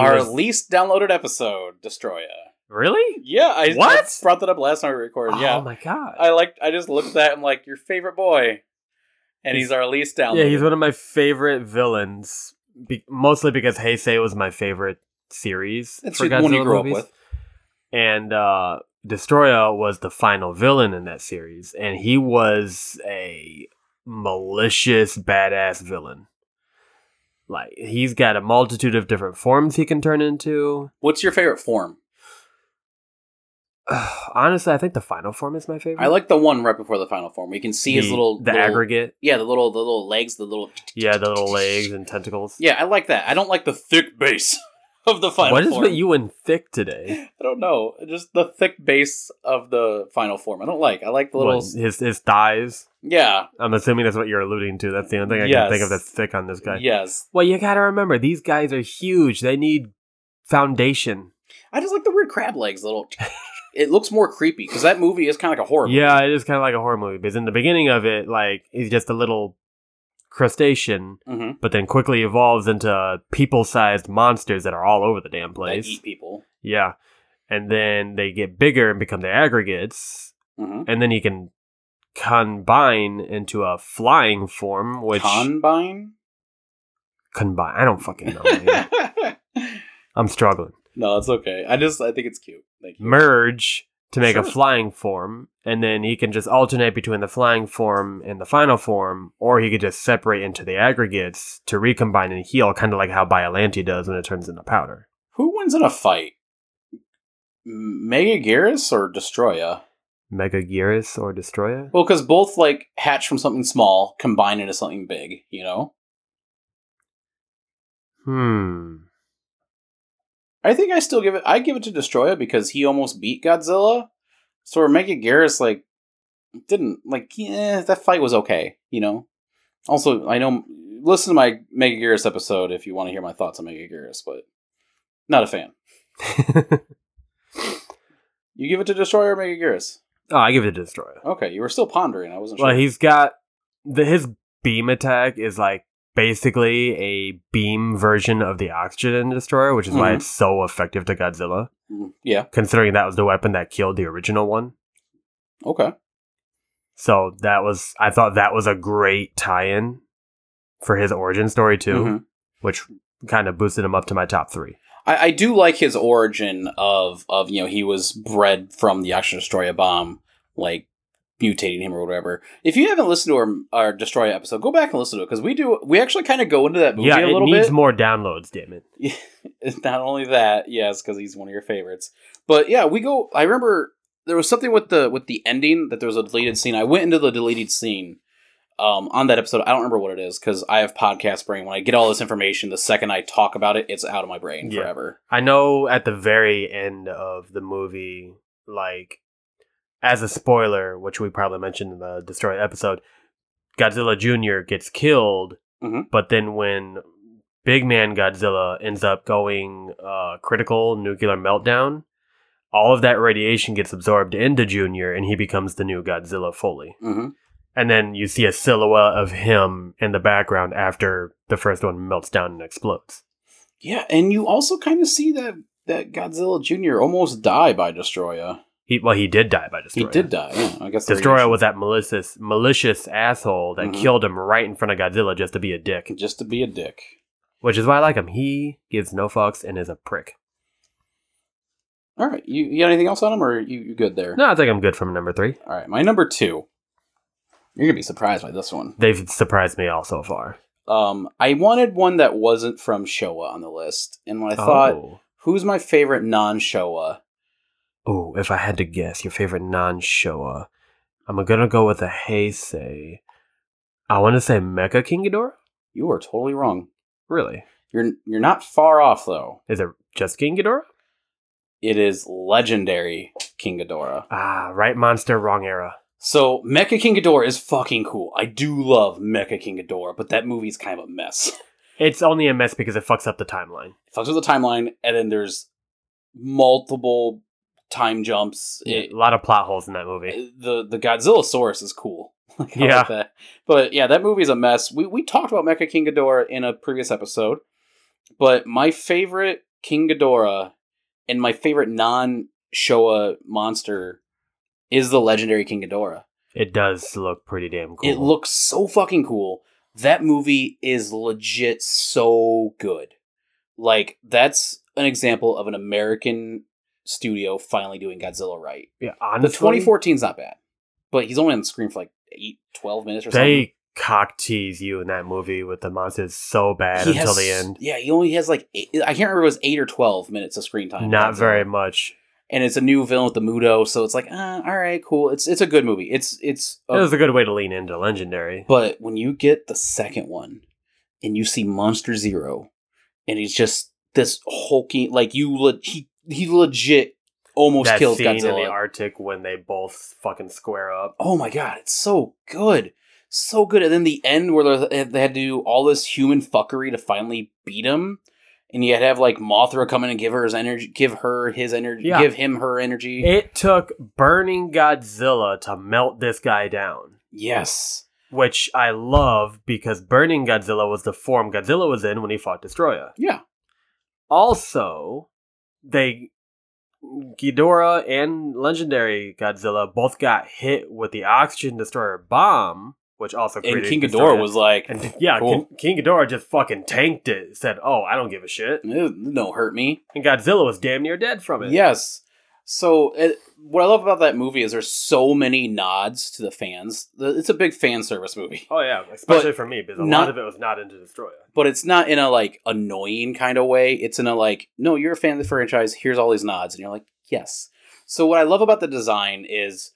Speaker 1: our
Speaker 3: was-
Speaker 1: least downloaded episode, Destroya.
Speaker 3: Really?
Speaker 1: Yeah, I I
Speaker 3: What?
Speaker 1: brought that up last time we recorded.
Speaker 3: Oh
Speaker 1: yeah,
Speaker 3: my god.
Speaker 1: I like. I just looked at that. I'm like, your favorite boy, and he's,
Speaker 3: He's-
Speaker 1: our least downloaded.
Speaker 3: yeah, he's one of my favorite villains, be- mostly because Heisei was my favorite series
Speaker 1: That's
Speaker 3: for
Speaker 1: the
Speaker 3: Godzilla
Speaker 1: one you grew up
Speaker 3: movies.
Speaker 1: with.
Speaker 3: And uh, Destroya was the final villain in that series, and he was a malicious, badass villain. Like he's got a multitude of different forms he can turn into. [SIGHS]
Speaker 1: What's your favorite form?
Speaker 3: Honestly, I think the final form is my favorite.
Speaker 1: I like the one right before the final form. We can see his
Speaker 3: The-
Speaker 1: little
Speaker 3: the
Speaker 1: little-
Speaker 3: aggregate.
Speaker 1: Yeah, the little the little legs, the little.
Speaker 3: Yeah,
Speaker 1: [LAUGHS]
Speaker 3: the little legs and tentacles.
Speaker 1: Yeah, I like that. I don't like the thick base [LAUGHS] of the final.
Speaker 3: what is
Speaker 1: form. [LAUGHS]
Speaker 3: with you and thick today?
Speaker 1: I don't know. Just the thick base of the final form. I don't like. I like the little.
Speaker 3: What, his his thighs.
Speaker 1: Yeah.
Speaker 3: I'm assuming that's what you're alluding to. That's the only thing I
Speaker 1: Yes.
Speaker 3: can think of that's thick on this guy.
Speaker 1: Yes.
Speaker 3: Well, you gotta remember these guys are huge. They need foundation.
Speaker 1: I just like the weird crab legs.
Speaker 3: [LAUGHS]
Speaker 1: Little. it looks more creepy because that movie is kind of like a horror. movie.
Speaker 3: Yeah, it is kind of like a horror movie because in the beginning of it, like he's just a little crustacean,
Speaker 1: Mhm.
Speaker 3: but then quickly evolves into people-sized monsters that are all over the damn
Speaker 1: That
Speaker 3: place.
Speaker 1: eat people.
Speaker 3: Yeah, and then they get bigger and become the aggregates,
Speaker 1: Mm-hmm.
Speaker 3: and then he can combine into a flying form, which
Speaker 1: Combine.
Speaker 3: combine. I don't fucking know. man. I'm struggling.
Speaker 1: [LAUGHS] no, it's okay. I just I think it's cute. Thank you.
Speaker 3: Merge to make a
Speaker 1: Sure.
Speaker 3: flying form, and then he can just alternate between the flying form and the final form, or he could just separate into the aggregates to recombine and heal, kind of like how Biollante does when it turns into powder.
Speaker 1: Who wins in a fight? M- Mega Garrus or Destroya?
Speaker 3: Mega Gearis or Destroya?
Speaker 1: Well, because both like hatch from something small, combine into something big. You know,
Speaker 3: Hmm.
Speaker 1: I think I still give it. I give it to Destroya because he almost beat Godzilla. So Mega Garrus like didn't like. Yeah, that fight was okay. You know. Also, I know. Listen to my Mega Garrus episode if you want to hear my thoughts on Mega Garrus, but not a fan.
Speaker 3: oh,
Speaker 1: You give it to Destroyer or Mega Garrus?
Speaker 3: Oh, I give it to Destroya.
Speaker 1: Okay, you were still pondering. I wasn't
Speaker 3: Well,
Speaker 1: sure.
Speaker 3: he's got the his beam attack is like basically a beam version of the oxygen destroyer, which is why
Speaker 1: Mhm.
Speaker 3: it's so effective to Godzilla.
Speaker 1: Mm, yeah.
Speaker 3: Considering that was the weapon that killed the original one,
Speaker 1: Okay.
Speaker 3: so that was I thought that was a great tie-in for his origin story too,
Speaker 1: Mhm.
Speaker 3: which kind of boosted him up to my top three.
Speaker 1: I, I do like his origin of of you know he was bred from the Action Destroyer bomb, like mutating him or whatever. If you haven't listened to our our Destroyer episode, go back and listen to it because we do we actually kind of go into that movie
Speaker 3: yeah,
Speaker 1: a
Speaker 3: it
Speaker 1: little
Speaker 3: needs
Speaker 1: bit.
Speaker 3: more downloads. Damn
Speaker 1: [LAUGHS]
Speaker 3: it!
Speaker 1: Not only that, yes, because he's one of your favorites. But yeah, we go. I remember there was something with the with the ending that there was a deleted scene. I went into the deleted scene um, on that episode. I don't remember what it is because I have podcast brain. When I get all this information, the second I talk about it, it's out of my brain
Speaker 3: Yeah.
Speaker 1: forever.
Speaker 3: I know at the very end of the movie, like as a spoiler, which we probably mentioned in the destroy episode, Godzilla Jr. gets killed,
Speaker 1: Mhm.
Speaker 3: but then when Big Man Godzilla ends up going uh, critical nuclear meltdown, all of that radiation gets absorbed into Jr. and he becomes the new Godzilla fully.
Speaker 1: hmm
Speaker 3: And then you see a silhouette of him in the background after the first one melts down and explodes.
Speaker 1: Yeah, and you also kind of see that that Godzilla Junior almost die by Destroya.
Speaker 3: He well, he did die by
Speaker 1: He
Speaker 3: destroyer.
Speaker 1: did die. Yeah, I guess the
Speaker 3: Destroyer
Speaker 1: reaction-
Speaker 3: was that malicious, malicious asshole that
Speaker 1: Mhm.
Speaker 3: killed him right in front of Godzilla just to be a dick,
Speaker 1: just to be a dick.
Speaker 3: which is why I like him. He gives no fucks and is a prick.
Speaker 1: All right, you, you got anything else on him, or you, you good there?
Speaker 3: No, I think I'm good from number three.
Speaker 1: All right, my number two. You're gonna be surprised by this one.
Speaker 3: They've surprised me all so far.
Speaker 1: Um, I wanted one that wasn't from Showa on the list, and when I thought,
Speaker 3: oh.
Speaker 1: who's my favorite non-Showa?
Speaker 3: Ooh, if I had to guess, your favorite non-Showa, I'm gonna go with a Heisei. I want to say Mecha King Ghidorah.
Speaker 1: You are totally wrong.
Speaker 3: Really?
Speaker 1: You're you're not far off though.
Speaker 3: Is it just King Ghidorah?
Speaker 1: It is legendary King Ghidorah.
Speaker 3: Ah, right monster, wrong era.
Speaker 1: So Mecha King Ghidorah is fucking cool. I do love Mecha King Ghidorah, but that movie's kind of a mess. [LAUGHS]
Speaker 3: It's only a mess because it fucks up the timeline.
Speaker 1: It fucks with the timeline, and then there's multiple time jumps. It-
Speaker 3: a lot of plot holes in that movie.
Speaker 1: the the Godzilla Saurus is cool. [LAUGHS] Like, I like
Speaker 3: Yeah.
Speaker 1: that. But yeah, that movie's a mess. We we talked about Mecha King Ghidorah in a previous episode, but my favorite King Ghidorah and my favorite non Showa monster is the legendary King Ghidorah.
Speaker 3: It does look pretty damn cool.
Speaker 1: It looks so fucking cool. That movie is legit so good. Like that's an example of an American studio finally doing Godzilla right.
Speaker 3: yeah,
Speaker 1: The
Speaker 3: honestly,
Speaker 1: 2014's not bad, but he's only on the screen for like 8, 12 minutes or something.
Speaker 3: They cock tease you in that movie with the monsters so bad
Speaker 1: He
Speaker 3: until
Speaker 1: has-
Speaker 3: the end.
Speaker 1: Yeah, he only has like, eight, I can't remember if it was 8 or 12 minutes of screen time.
Speaker 3: Not
Speaker 1: Godzilla.
Speaker 3: very much.
Speaker 1: And it's a new villain with the Mudo, so it's like, uh, all right, cool. It's it's a good movie. It's, it's,
Speaker 3: It was a good way to lean into legendary.
Speaker 1: but when you get the second one and you see Monster Zero and he's just this hulking, like you, le- he, he legit almost
Speaker 3: that
Speaker 1: kills
Speaker 3: scene in
Speaker 1: Godzilla.
Speaker 3: the Arctic when they both fucking square up.
Speaker 1: oh my god, it's so good, so good. And then the end where they they had to do all this human fuckery to finally beat him, and you had to have like Mothra come in and give her his energy, give her his energy,
Speaker 3: Yeah.
Speaker 1: give him her energy.
Speaker 3: It took burning Godzilla to melt this guy down,
Speaker 1: yes,
Speaker 3: which I love because burning Godzilla was the form Godzilla was in when he fought Destroyer.
Speaker 1: yeah,
Speaker 3: also they Ghidorah and legendary Godzilla both got hit with the oxygen destroyer bomb, which also
Speaker 1: and
Speaker 3: created
Speaker 1: King
Speaker 3: Destroyer.
Speaker 1: Ghidorah was like,
Speaker 3: and yeah,
Speaker 1: cool.
Speaker 3: King, King Ghidorah just fucking tanked it. Said, "Oh, I don't give a shit,"
Speaker 1: "Eh, "No, hurt me."
Speaker 3: and Godzilla was damn near dead from it.
Speaker 1: Yes. So it, what I love about that movie is there's so many nods to the fans. The- It's a big fan service movie,
Speaker 3: Oh yeah, especially for me because a
Speaker 1: not-
Speaker 3: lot of it was not into Destroyer.
Speaker 1: but it's not in a like annoying kind of way. It's in a like, no, you're a fan of the franchise. Here's all these nods, and you're like, yes. So what I love about the design is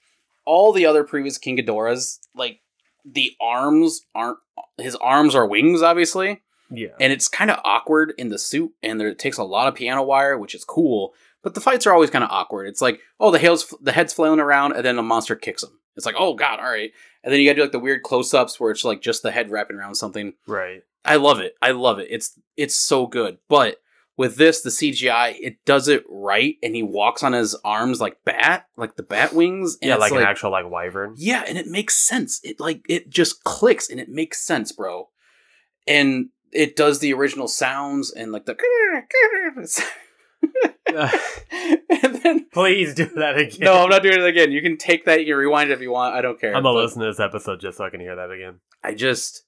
Speaker 1: all the other previous King Ghidorahs, like the arms aren't his arms are wings, obviously.
Speaker 3: Yeah,
Speaker 1: and it's kind of awkward in the suit and there, it takes a lot of piano wire which is cool but the fights are always kind of awkward it's like oh the hails the head's flailing around and then a monster kicks him it's like oh god all right and then you gotta do like the weird close-ups where it's like just the head wrapping around something
Speaker 3: right.
Speaker 1: i love it i love it it's it's so good but with this the cgi it does it right and he walks on his arms like bat like the bat wings and
Speaker 3: yeah,
Speaker 1: it's
Speaker 3: like, an actual like wyvern.
Speaker 1: yeah, and it makes sense. It like it just clicks and it makes sense, bro. And it does the original sounds and like the [LAUGHS]
Speaker 3: [LAUGHS]
Speaker 1: and then
Speaker 3: Please do that again.
Speaker 1: no, I'm not doing it again. You can take that, you can rewind it if you want. I don't care.
Speaker 3: I'm gonna
Speaker 1: But
Speaker 3: listen to this episode just so I can hear that again.
Speaker 1: I just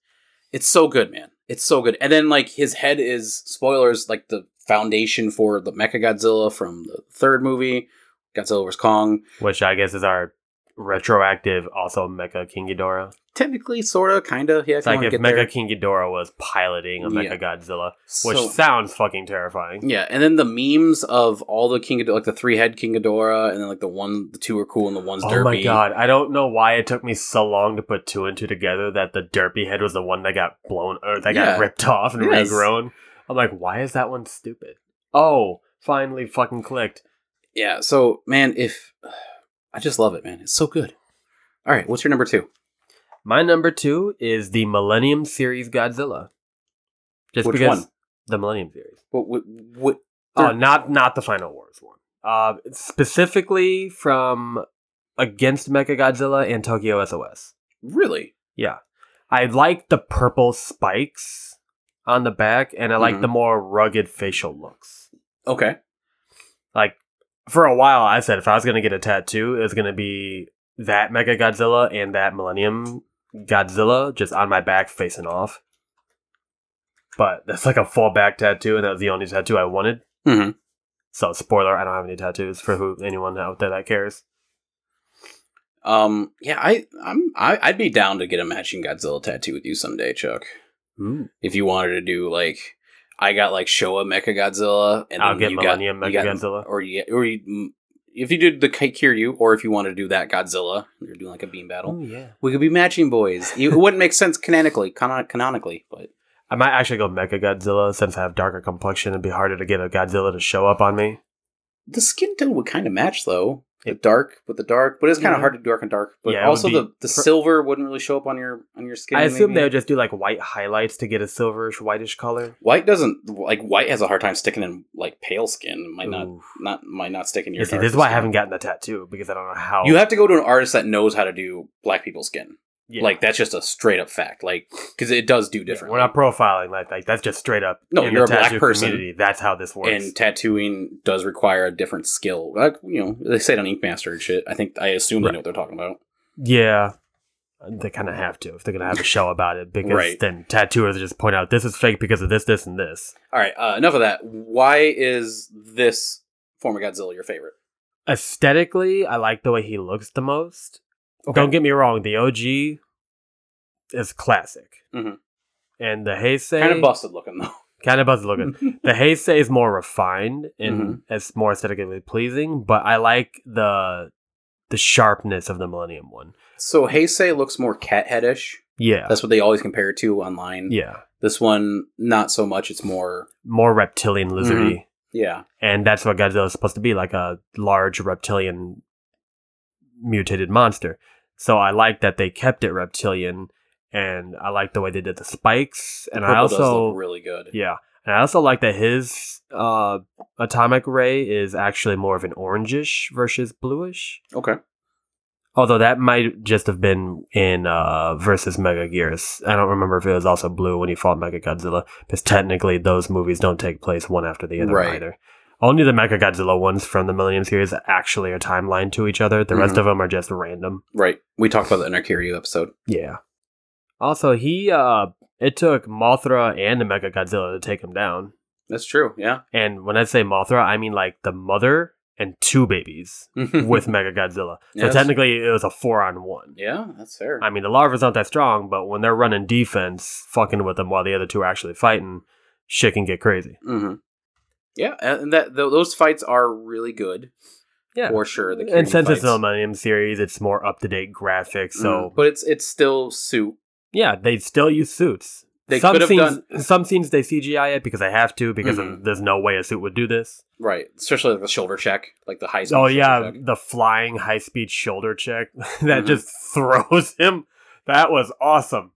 Speaker 1: it's so good, man. It's so good. And then like his head is spoilers, like the foundation for the Mecha Godzilla from the third movie, Godzilla vs Kong.
Speaker 3: which I guess is our retroactive also Mecha King Ghidorah.
Speaker 1: Technically, sort of, kind of. Yeah, if
Speaker 3: It's
Speaker 1: you
Speaker 3: like
Speaker 1: want to
Speaker 3: if
Speaker 1: get
Speaker 3: Mecha
Speaker 1: there.
Speaker 3: King Ghidorah was piloting a
Speaker 1: Yeah.
Speaker 3: Mecha Godzilla, which
Speaker 1: So-
Speaker 3: sounds fucking terrifying.
Speaker 1: yeah, and then the memes of all the King Ghidorah, like the three head King Ghidorah, and then like the one, the two are cool, and the one's
Speaker 3: Oh
Speaker 1: derpy.
Speaker 3: my god, I don't know why it took me so long to put two and two together that the derpy head was the one that got blown or that
Speaker 1: Yeah.
Speaker 3: got ripped off and
Speaker 1: Yes.
Speaker 3: regrown. I'm like, why is that one stupid? Oh, finally fucking clicked.
Speaker 1: Yeah. So man, if I just love it, man, it's so good. All right, what's your number two?
Speaker 3: My number two is the Millennium Series Godzilla. Just
Speaker 1: Which
Speaker 3: because
Speaker 1: one?
Speaker 3: the Millennium Series.
Speaker 1: What? What? what
Speaker 3: Oh,
Speaker 1: They're-
Speaker 3: not not the Final Wars one. Uh, specifically from against Mechagodzilla and Tokyo SOS.
Speaker 1: really?
Speaker 3: Yeah, I like the purple spikes on the back, and I like
Speaker 1: Mhm.
Speaker 3: the more rugged facial looks.
Speaker 1: Okay.
Speaker 3: Like for a while, I said if I was gonna get a tattoo, it was gonna be that Mechagodzilla and that Millennium Godzilla just on my back facing off. But that's like a full back tattoo, and that was the only tattoo I wanted.
Speaker 1: Mm-hmm.
Speaker 3: So spoiler, I don't have any tattoos for who anyone out there that cares.
Speaker 1: Um. Yeah. I. I'm. I, I'd be down to get a matching Godzilla tattoo with you someday, Chuck. If you wanted to do like, I got like Showa Mecha Godzilla, and
Speaker 3: I'll
Speaker 1: then
Speaker 3: get
Speaker 1: you
Speaker 3: Millennium
Speaker 1: got, you got-
Speaker 3: Mechagodzilla.
Speaker 1: or you, or you, if you did the Ki- Kiryu, or if you wanted to do that Godzilla, you're doing like a beam battle.
Speaker 3: yeah.
Speaker 1: We could be matching boys. It wouldn't make sense canonically, canon- canonically, but
Speaker 3: I might actually go Mecha Godzilla since I have darker complexion. It'd be harder to get a Godzilla to show up on me.
Speaker 1: the skin tone would kind of match though. The
Speaker 3: It-
Speaker 1: dark with the dark, but it's kind of
Speaker 3: Yeah.
Speaker 1: hard to do dark and dark. But
Speaker 3: Yeah, it would
Speaker 1: also
Speaker 3: be
Speaker 1: the, the
Speaker 3: pr-
Speaker 1: silver wouldn't really show up on your on your skin.
Speaker 3: I assume
Speaker 1: maybe.
Speaker 3: they would just do like white highlights to get a silverish whitish color.
Speaker 1: white doesn't like white has a hard time sticking in like pale skin. It Might not
Speaker 3: Ooh.
Speaker 1: not might not stick in
Speaker 3: You
Speaker 1: your.
Speaker 3: see,
Speaker 1: darker
Speaker 3: this is why I
Speaker 1: skin.
Speaker 3: haven't gotten the tattoo because I don't know how.
Speaker 1: You have to go to an artist that knows how to do black people's skin.
Speaker 3: Yeah.
Speaker 1: Like that's just a straight up fact. Like because it does do
Speaker 3: Yeah,
Speaker 1: different.
Speaker 3: We're not profiling like, like that's just straight up.
Speaker 1: No,
Speaker 3: in
Speaker 1: you're a
Speaker 3: the
Speaker 1: black
Speaker 3: tattoo
Speaker 1: person.
Speaker 3: Community. That's how this works.
Speaker 1: and tattooing does require a different skill. Like you know they say it on Ink Master and shit. I think I assume they
Speaker 3: Right.
Speaker 1: know what they're talking about.
Speaker 3: Yeah. They kind of have to if they're going to have a show about it
Speaker 1: [LAUGHS]
Speaker 3: because
Speaker 1: Right.
Speaker 3: then tattooers just point out this is fake because of this, this, and this.
Speaker 1: All right, uh, enough of that. Why is this form of Godzilla your favorite?
Speaker 3: Aesthetically, I like the way he looks the most. Don't get me wrong, the OG is classic.
Speaker 1: Mhm.
Speaker 3: And the Heisei.
Speaker 1: kind of busted looking though. [LAUGHS]
Speaker 3: Kind of buzz looking. the Heisei is more refined and
Speaker 1: Mhm.
Speaker 3: it's more aesthetically pleasing, but I like the the sharpness of the Millennium one.
Speaker 1: so Heisei looks more cat headish.
Speaker 3: Yeah.
Speaker 1: That's what they always compare it to online.
Speaker 3: yeah.
Speaker 1: This one, not so much. It's more
Speaker 3: More reptilian lizardy.
Speaker 1: yeah.
Speaker 3: and that's what Godzilla is supposed to be like a large reptilian mutated monster. So I like that they kept it reptilian, and I like the way they did the spikes,
Speaker 1: The
Speaker 3: and
Speaker 1: purple
Speaker 3: I
Speaker 1: does
Speaker 3: also
Speaker 1: look really good.
Speaker 3: yeah, and I also like that his uh, atomic ray is actually more of an orangish versus bluish.
Speaker 1: Okay.
Speaker 3: Although that might just have been in uh, versus Mega Gears. I don't remember if it was also blue when he fought Mega Godzilla, because technically those movies don't take place one after the other
Speaker 1: Right.
Speaker 3: either. Only the Mega Godzilla ones from the Millennium series actually are timelined to each other. The rest
Speaker 1: Mhm.
Speaker 3: of them are just random.
Speaker 1: Right. We talked about that in our Kiryu episode.
Speaker 3: Yeah. Also, he uh, it took Mothra and the Mega Godzilla to take him down.
Speaker 1: That's true. Yeah. [LAUGHS]
Speaker 3: And when I say Mothra, I mean like the mother and
Speaker 1: [LAUGHS]
Speaker 3: two babies with Mega Godzilla. So
Speaker 1: Yes.
Speaker 3: technically, it was a four on one.
Speaker 1: yeah, that's fair.
Speaker 3: I mean, the larva's not that strong, but when they're running defense, fucking with them while the other two are actually fighting, shit can get crazy.
Speaker 1: hmm Yeah, and that th- those fights are really good
Speaker 3: Yeah.
Speaker 1: for sure. The
Speaker 3: and
Speaker 1: Kiryu
Speaker 3: since it's
Speaker 1: fights.
Speaker 3: the Millennium series, it's more up to date graphics. So
Speaker 1: Mhm. but it's it's still suit.
Speaker 3: yeah, they still use suits.
Speaker 1: They
Speaker 3: some
Speaker 1: could have
Speaker 3: scenes,
Speaker 1: done-
Speaker 3: some scenes they CGI it because they have to because of-
Speaker 1: Mhm.
Speaker 3: there's no way a suit would do this.
Speaker 1: Right, especially like the shoulder check, like the high.
Speaker 3: Oh
Speaker 1: shoulder
Speaker 3: yeah,
Speaker 1: check.
Speaker 3: the flying high speed shoulder check [LAUGHS] that
Speaker 1: Mhm.
Speaker 3: just throws him. That was awesome.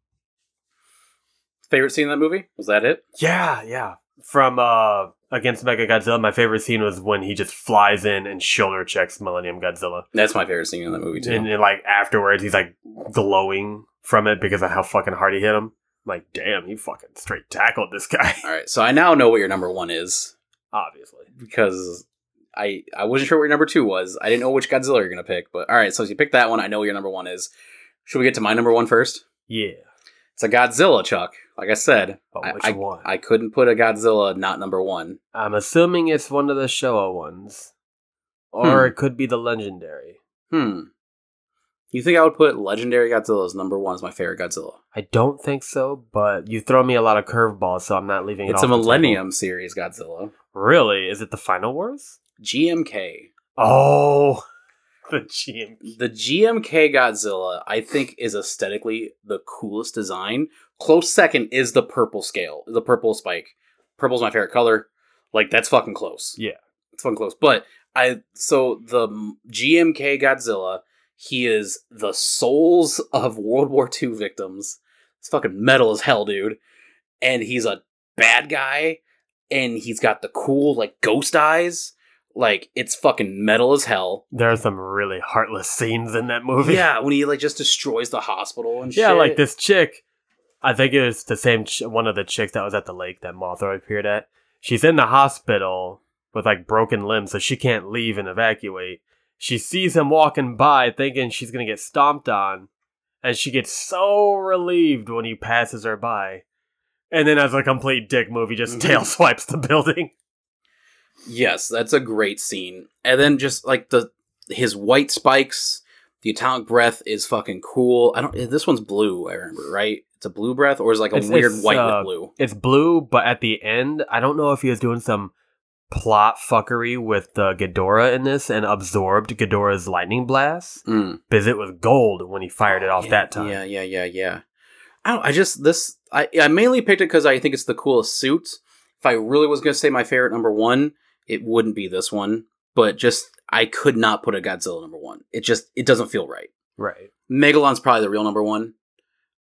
Speaker 1: favorite scene in that movie was that it?
Speaker 3: Yeah, yeah. From uh against Mega Godzilla, my favorite scene was when he just flies in and shoulder checks Millennium Godzilla.
Speaker 1: That's my favorite scene in that movie too.
Speaker 3: And, and, like afterwards he's like glowing from it because of how fucking hard he hit him. I'm like, damn, he fucking straight tackled this guy. [LAUGHS]
Speaker 1: All right, so I now know what your number one is
Speaker 3: Obviously.
Speaker 1: because I I wasn't sure what your number two was. I didn't know which Godzilla you're gonna pick, but all right, so if you pick that one, I know what your number one is. Should we get to my number one first?
Speaker 3: Yeah.
Speaker 1: It's a Godzilla, Chuck. Like I said,
Speaker 3: But
Speaker 1: I-
Speaker 3: which one?
Speaker 1: I couldn't put a Godzilla not number one.
Speaker 3: I, am assuming it's one of the Showa ones. Or it could be the legendary.
Speaker 1: Hmm. You think I would put Legendary Godzilla as number one as my favorite Godzilla?
Speaker 3: I don't think so, but you throw me a lot of curveballs, so I'm not leaving it.
Speaker 1: It's
Speaker 3: off
Speaker 1: a
Speaker 3: the table.
Speaker 1: Millennium series Godzilla.
Speaker 3: Really? Is it the Final Wars?
Speaker 1: GMK.
Speaker 3: Oh, [LAUGHS] the GM.
Speaker 1: The GMK Godzilla, I think, is aesthetically the coolest design. Close second is the purple scale, the purple spike. Purple's my favorite color. Like that's fucking close.
Speaker 3: Yeah.
Speaker 1: it's fucking close. But I so the GMK Godzilla, he is the souls of World War II victims. It's fucking metal as hell, dude. And he's a bad guy, and he's got the cool like ghost eyes. Like it's fucking metal as hell.
Speaker 3: There are some really heartless scenes in that movie.
Speaker 1: Yeah, when he like just destroys the hospital and
Speaker 3: [LAUGHS] Yeah,
Speaker 1: shit.
Speaker 3: like this chick. I think it was the same ch- one of the chicks that was at the lake that Mothra appeared at. She's in the hospital with like broken limbs, so she can't leave and evacuate. She sees him walking by, thinking she's gonna get stomped on, and she gets so relieved when he passes her by. And then, as a complete dick move,
Speaker 1: [LAUGHS]
Speaker 3: he just tail swipes the building.
Speaker 1: Yes, that's a great scene. And then just like the his white spikes, the atomic breath is fucking cool. I don't. This one's blue. I remember right. It's a blue breath, or is it like a
Speaker 3: It's-
Speaker 1: weird
Speaker 3: it's,
Speaker 1: white
Speaker 3: uh,
Speaker 1: with blue.
Speaker 3: It's blue, but at the end, I don't know if he was doing some plot fuckery with uh, Ghidorah in this and absorbed Ghidorah's lightning blast
Speaker 1: Mm.
Speaker 3: because it was gold when he fired it off
Speaker 1: Oh, Yeah,
Speaker 3: that time.
Speaker 1: Hmm. Yeah, yeah, yeah, yeah. I don't. I just this. I I mainly picked it because I think it's the coolest suit. If I really was gonna say my favorite number one, it wouldn't be this one. But just I could not put a Godzilla number one. It just it doesn't feel right.
Speaker 3: Right.
Speaker 1: Megalon's probably the real number one,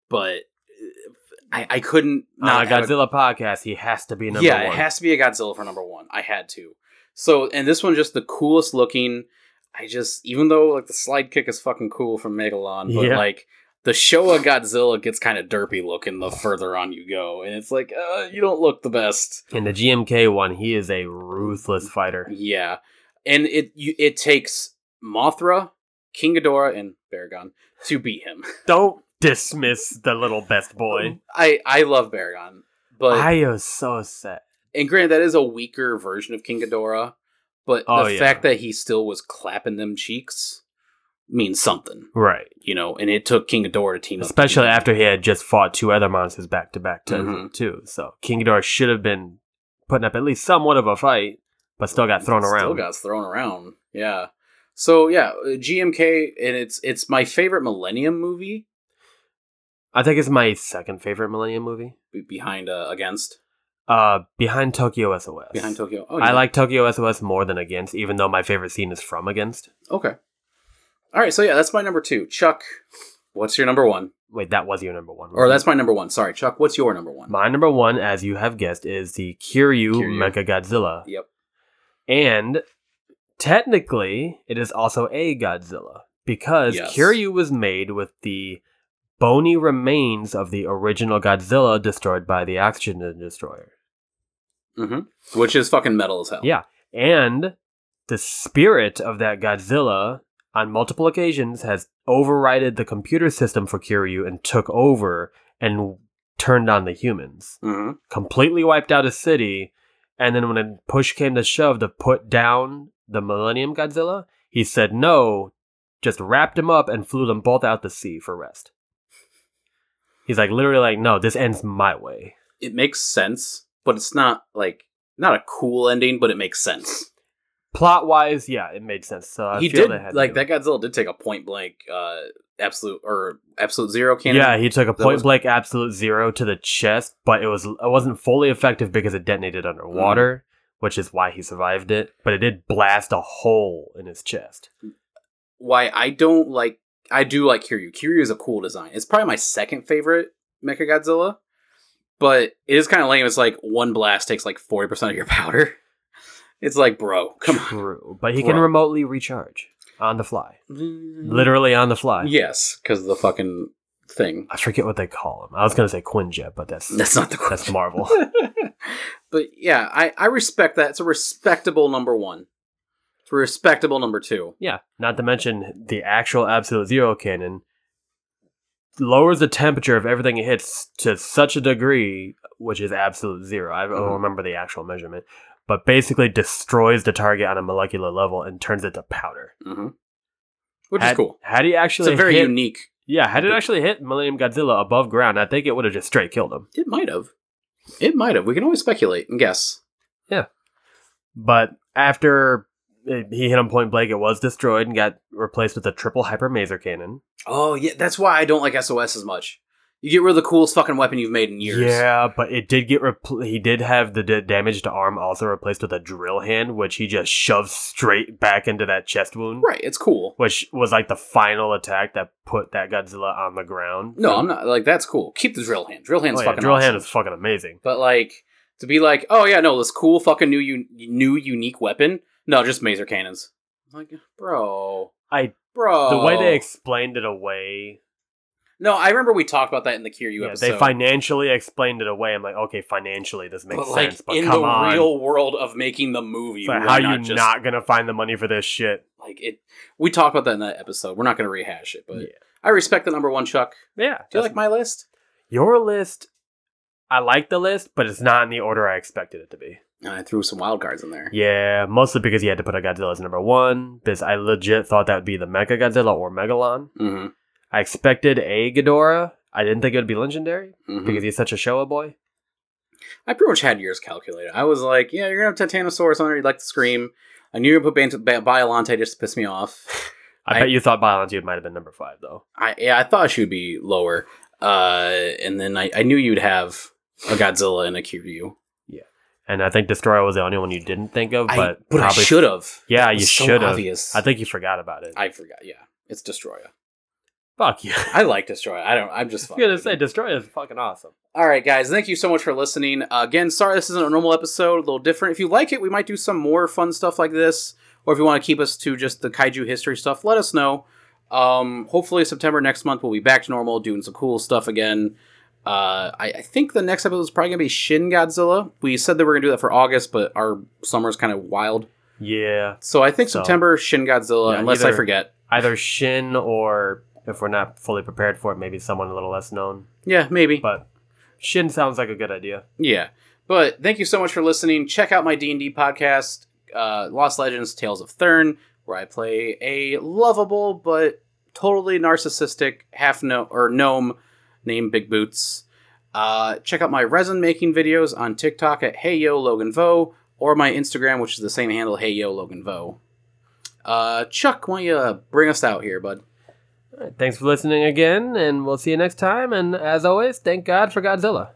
Speaker 1: but uh, I, I couldn't
Speaker 3: On
Speaker 1: not
Speaker 3: a
Speaker 1: have a-
Speaker 3: Uh, Godzilla podcast, he has to be number
Speaker 1: yeah,
Speaker 3: one.
Speaker 1: it has to be a Godzilla for number one. I had to. So and this one just the coolest looking. I just even though like the slide kick is fucking cool from Megalon, but
Speaker 3: Yeah.
Speaker 1: like the Showa Godzilla gets kind of derpy looking the further on you go, and it's like uh, you don't look the best.
Speaker 3: In the GMK one, he is a ruthless fighter.
Speaker 1: Yeah, and it you, it takes Mothra, King Ghidorah, and Baragon to beat him.
Speaker 3: Don't dismiss the little best boy.
Speaker 1: I I love Baragon, but
Speaker 3: I was so sad.
Speaker 1: And granted, that is a weaker version of King Ghidorah, but
Speaker 3: Oh,
Speaker 1: the
Speaker 3: yeah.
Speaker 1: fact that he still was clapping them cheeks means something,
Speaker 3: Right.
Speaker 1: you know. And it took King Ghidorah to team up,
Speaker 3: Especially after he had just fought two other monsters back to back, too.
Speaker 1: Mhm.
Speaker 3: too. So King Ghidorah should have been putting up at least somewhat of a fight, but still got thrown
Speaker 1: Still
Speaker 3: around.
Speaker 1: got thrown around, yeah. So yeah, uh, GMK, and it's it's my favorite Millennium movie
Speaker 3: I think it's my second favorite Millennium movie,
Speaker 1: be- behind uh, Against
Speaker 3: uh, behind Tokyo SOS.
Speaker 1: behind Tokyo. Oh,
Speaker 3: I
Speaker 1: yeah.
Speaker 3: like Tokyo SOS more than Against, even though my favorite scene is from Against.
Speaker 1: okay. All right, so yeah, that's my number two. Chuck, what's your number one?
Speaker 3: Wait, that was your number one.
Speaker 1: Or that's my number one. Sorry, Chuck, what's your number one?
Speaker 3: Mm-hmm. my number one, as you have guessed, is the Kiryu,
Speaker 1: Kiryu.
Speaker 3: Mechagodzilla,
Speaker 1: Yep.
Speaker 3: and technically, it is also a Godzilla because
Speaker 1: Yes.
Speaker 3: Kiryu was made with the bony remains of the original Godzilla destroyed by the oxygen destroyer.
Speaker 1: Mm-hmm. Which is fucking metal as hell.
Speaker 3: Yeah. And the spirit of that Godzilla, on multiple occasions, has overrided the computer system for Kiryu and took over and turned on the humans.
Speaker 1: Mm-hmm.
Speaker 3: Completely wiped out a city. And then when a push came to shove to put down the Millennium Godzilla, he said no, just wrapped him up and flew them both out to sea for rest. He's like literally like, no, this ends my way.
Speaker 1: it makes sense, but it's not like not a cool ending, but it makes sense.
Speaker 3: Plot wise, yeah, it made sense. So I
Speaker 1: he
Speaker 3: feel
Speaker 1: did
Speaker 3: they had to
Speaker 1: like
Speaker 3: do it.
Speaker 1: that Godzilla did take a point blank uh absolute or absolute zero cannon.
Speaker 3: Yeah, he took a
Speaker 1: that
Speaker 3: point
Speaker 1: was-
Speaker 3: blank absolute zero to the chest, but it was it wasn't fully effective because it detonated underwater,
Speaker 1: Mm-hmm.
Speaker 3: which is why he survived it. But it did blast a hole in his chest.
Speaker 1: Why I don't like I do like Kiryu. Kiryu is a cool design. It's probably my second favorite Mecha Godzilla, but it is kind of lame. It's like one blast takes like forty percent of your [LAUGHS] powder. It's like, bro, come on.
Speaker 3: True, but he can
Speaker 1: Bro.
Speaker 3: remotely recharge on the fly, literally on the fly.
Speaker 1: Yes, because of the fucking thing.
Speaker 3: I forget what they call him. I was gonna say Quinjet, but that's
Speaker 1: That's not the
Speaker 3: that's
Speaker 1: question.
Speaker 3: Marvel.
Speaker 1: but yeah, I, I respect that. It's a respectable number one. It's a respectable number two.
Speaker 3: [LAUGHS] yeah, not to mention the actual absolute zero cannon lowers the temperature of everything it hits to such a degree, which is absolute zero. I don't
Speaker 1: Mhm.
Speaker 3: remember the actual measurement, but basically destroys the target on a molecular level and turns it to powder.
Speaker 1: Mm-hmm. which
Speaker 3: had,
Speaker 1: is cool.
Speaker 3: Had he
Speaker 1: It's
Speaker 3: actually
Speaker 1: a very
Speaker 3: hit,
Speaker 1: unique.
Speaker 3: yeah, had it actually hit Millennium Godzilla above ground, I think it would have just straight killed him.
Speaker 1: It might have. It might have. We can always speculate and guess.
Speaker 3: But after it- he hit him point blank, it was destroyed and got replaced with a triple hyper maser cannon.
Speaker 1: Oh yeah, that's why I don't like SOS as much. You get rid of the coolest fucking weapon you've made in years.
Speaker 3: Yeah, but it did get repl- he did have the d- damage to arm also replaced with a drill hand, which he just shoved straight back into that chest wound,
Speaker 1: Right. It's cool.
Speaker 3: which was like the final attack that put that Godzilla on the ground.
Speaker 1: No, I'm not like that's cool. Keep the drill hand. Drill hand's
Speaker 3: Oh, yeah,
Speaker 1: fucking
Speaker 3: drill
Speaker 1: awesome.
Speaker 3: hand is fucking amazing.
Speaker 1: But like to be like, oh yeah, no, this cool fucking new un- new unique weapon. No, just maser cannons. Like, bro,
Speaker 3: I-
Speaker 1: bro.
Speaker 3: The way they explained it away,
Speaker 1: no, I remember we talked about that in the Kiryu
Speaker 3: yeah,
Speaker 1: episode.
Speaker 3: they financially explained it away. I'm like, okay, financially this makes
Speaker 1: but like
Speaker 3: sense, but
Speaker 1: in
Speaker 3: come
Speaker 1: the
Speaker 3: on,
Speaker 1: real world of making the movie,
Speaker 3: It's like,
Speaker 1: why
Speaker 3: how you
Speaker 1: just-
Speaker 3: not gonna find the money for this shit?
Speaker 1: like it? We talked about that in that episode. We're not going to rehash it, but
Speaker 3: Yeah.
Speaker 1: I respect the number one Chuck.
Speaker 3: Yeah,
Speaker 1: Do you like my list?
Speaker 3: your list? I like the list, but it's not in the order I expected it to be.
Speaker 1: And I threw some wild cards in there.
Speaker 3: Yeah, mostly because you had to put a Godzilla as number one. Because I legit thought that would be the Mecha Godzilla or Megalon.
Speaker 1: hmm
Speaker 3: I expected a Ghidorah. I didn't think it would be legendary
Speaker 1: Hmm.
Speaker 3: because he's such a Showa boy.
Speaker 1: mm-hmm. I pretty much had yours calculated. I was like, yeah, you're gonna have Titanosaurus on there. You'd like to scream. I knew you would put Bant- Ba- Biolante just to piss me off.
Speaker 3: I,
Speaker 1: I-
Speaker 3: bet you thought Biontune might have been number five though.
Speaker 1: I yeah, I thought she would be lower. Uh, and then I, I knew you'd have a Godzilla and a Kiryu.
Speaker 3: And I think Destroyer was the only one you didn't think of,
Speaker 1: I-
Speaker 3: but,
Speaker 1: but I
Speaker 3: probably
Speaker 1: should have.
Speaker 3: Yeah, you should have.
Speaker 1: Obvious.
Speaker 3: I think you forgot about it.
Speaker 1: I forgot. Yeah, it's Destroya.
Speaker 3: Fuck
Speaker 1: [LAUGHS]
Speaker 3: you.
Speaker 1: I like Destroya. I don't. I'm just.
Speaker 3: I'm gonna
Speaker 1: fucking-
Speaker 3: say Destroyer is fucking awesome.
Speaker 1: All right, guys. Thank you so much for listening. Uh, again, sorry this isn't a normal episode. A little different. If you like it, we might do some more fun stuff like this. Or if you want to keep us to just the kaiju history stuff, let us know. Um, hopefully, September next month we'll be back to normal, doing some cool stuff again. Uh, I, I think the next episode is probably gonna be Shin Godzilla. We said that we are gonna do that for August, but our summer's kind of wild,
Speaker 3: Yeah,
Speaker 1: so I think
Speaker 3: So-
Speaker 1: September Shin Godzilla,
Speaker 3: Yeah,
Speaker 1: unless I
Speaker 3: either-
Speaker 1: forget.
Speaker 3: either Shin or if we're not fully prepared for it, maybe someone a little less known.
Speaker 1: Yeah, maybe.
Speaker 3: But Shin sounds like a good idea.
Speaker 1: Yeah. But thank you so much for listening. Check out my D&D podcast, uh, Lost Legends Tales of Thurn, where I play a lovable but totally narcissistic half gnome or gnome named Big Boots. Uh, check out my resin making videos on TikTok at HeyYo Logan Vo or my Instagram, which is the same handle, HeyYo Logan Vo. Uh, Chuck, why don't you uh, bring us out here, bud?
Speaker 3: All right, thanks for listening again, and we'll see you next time. And as always, thank God for Godzilla.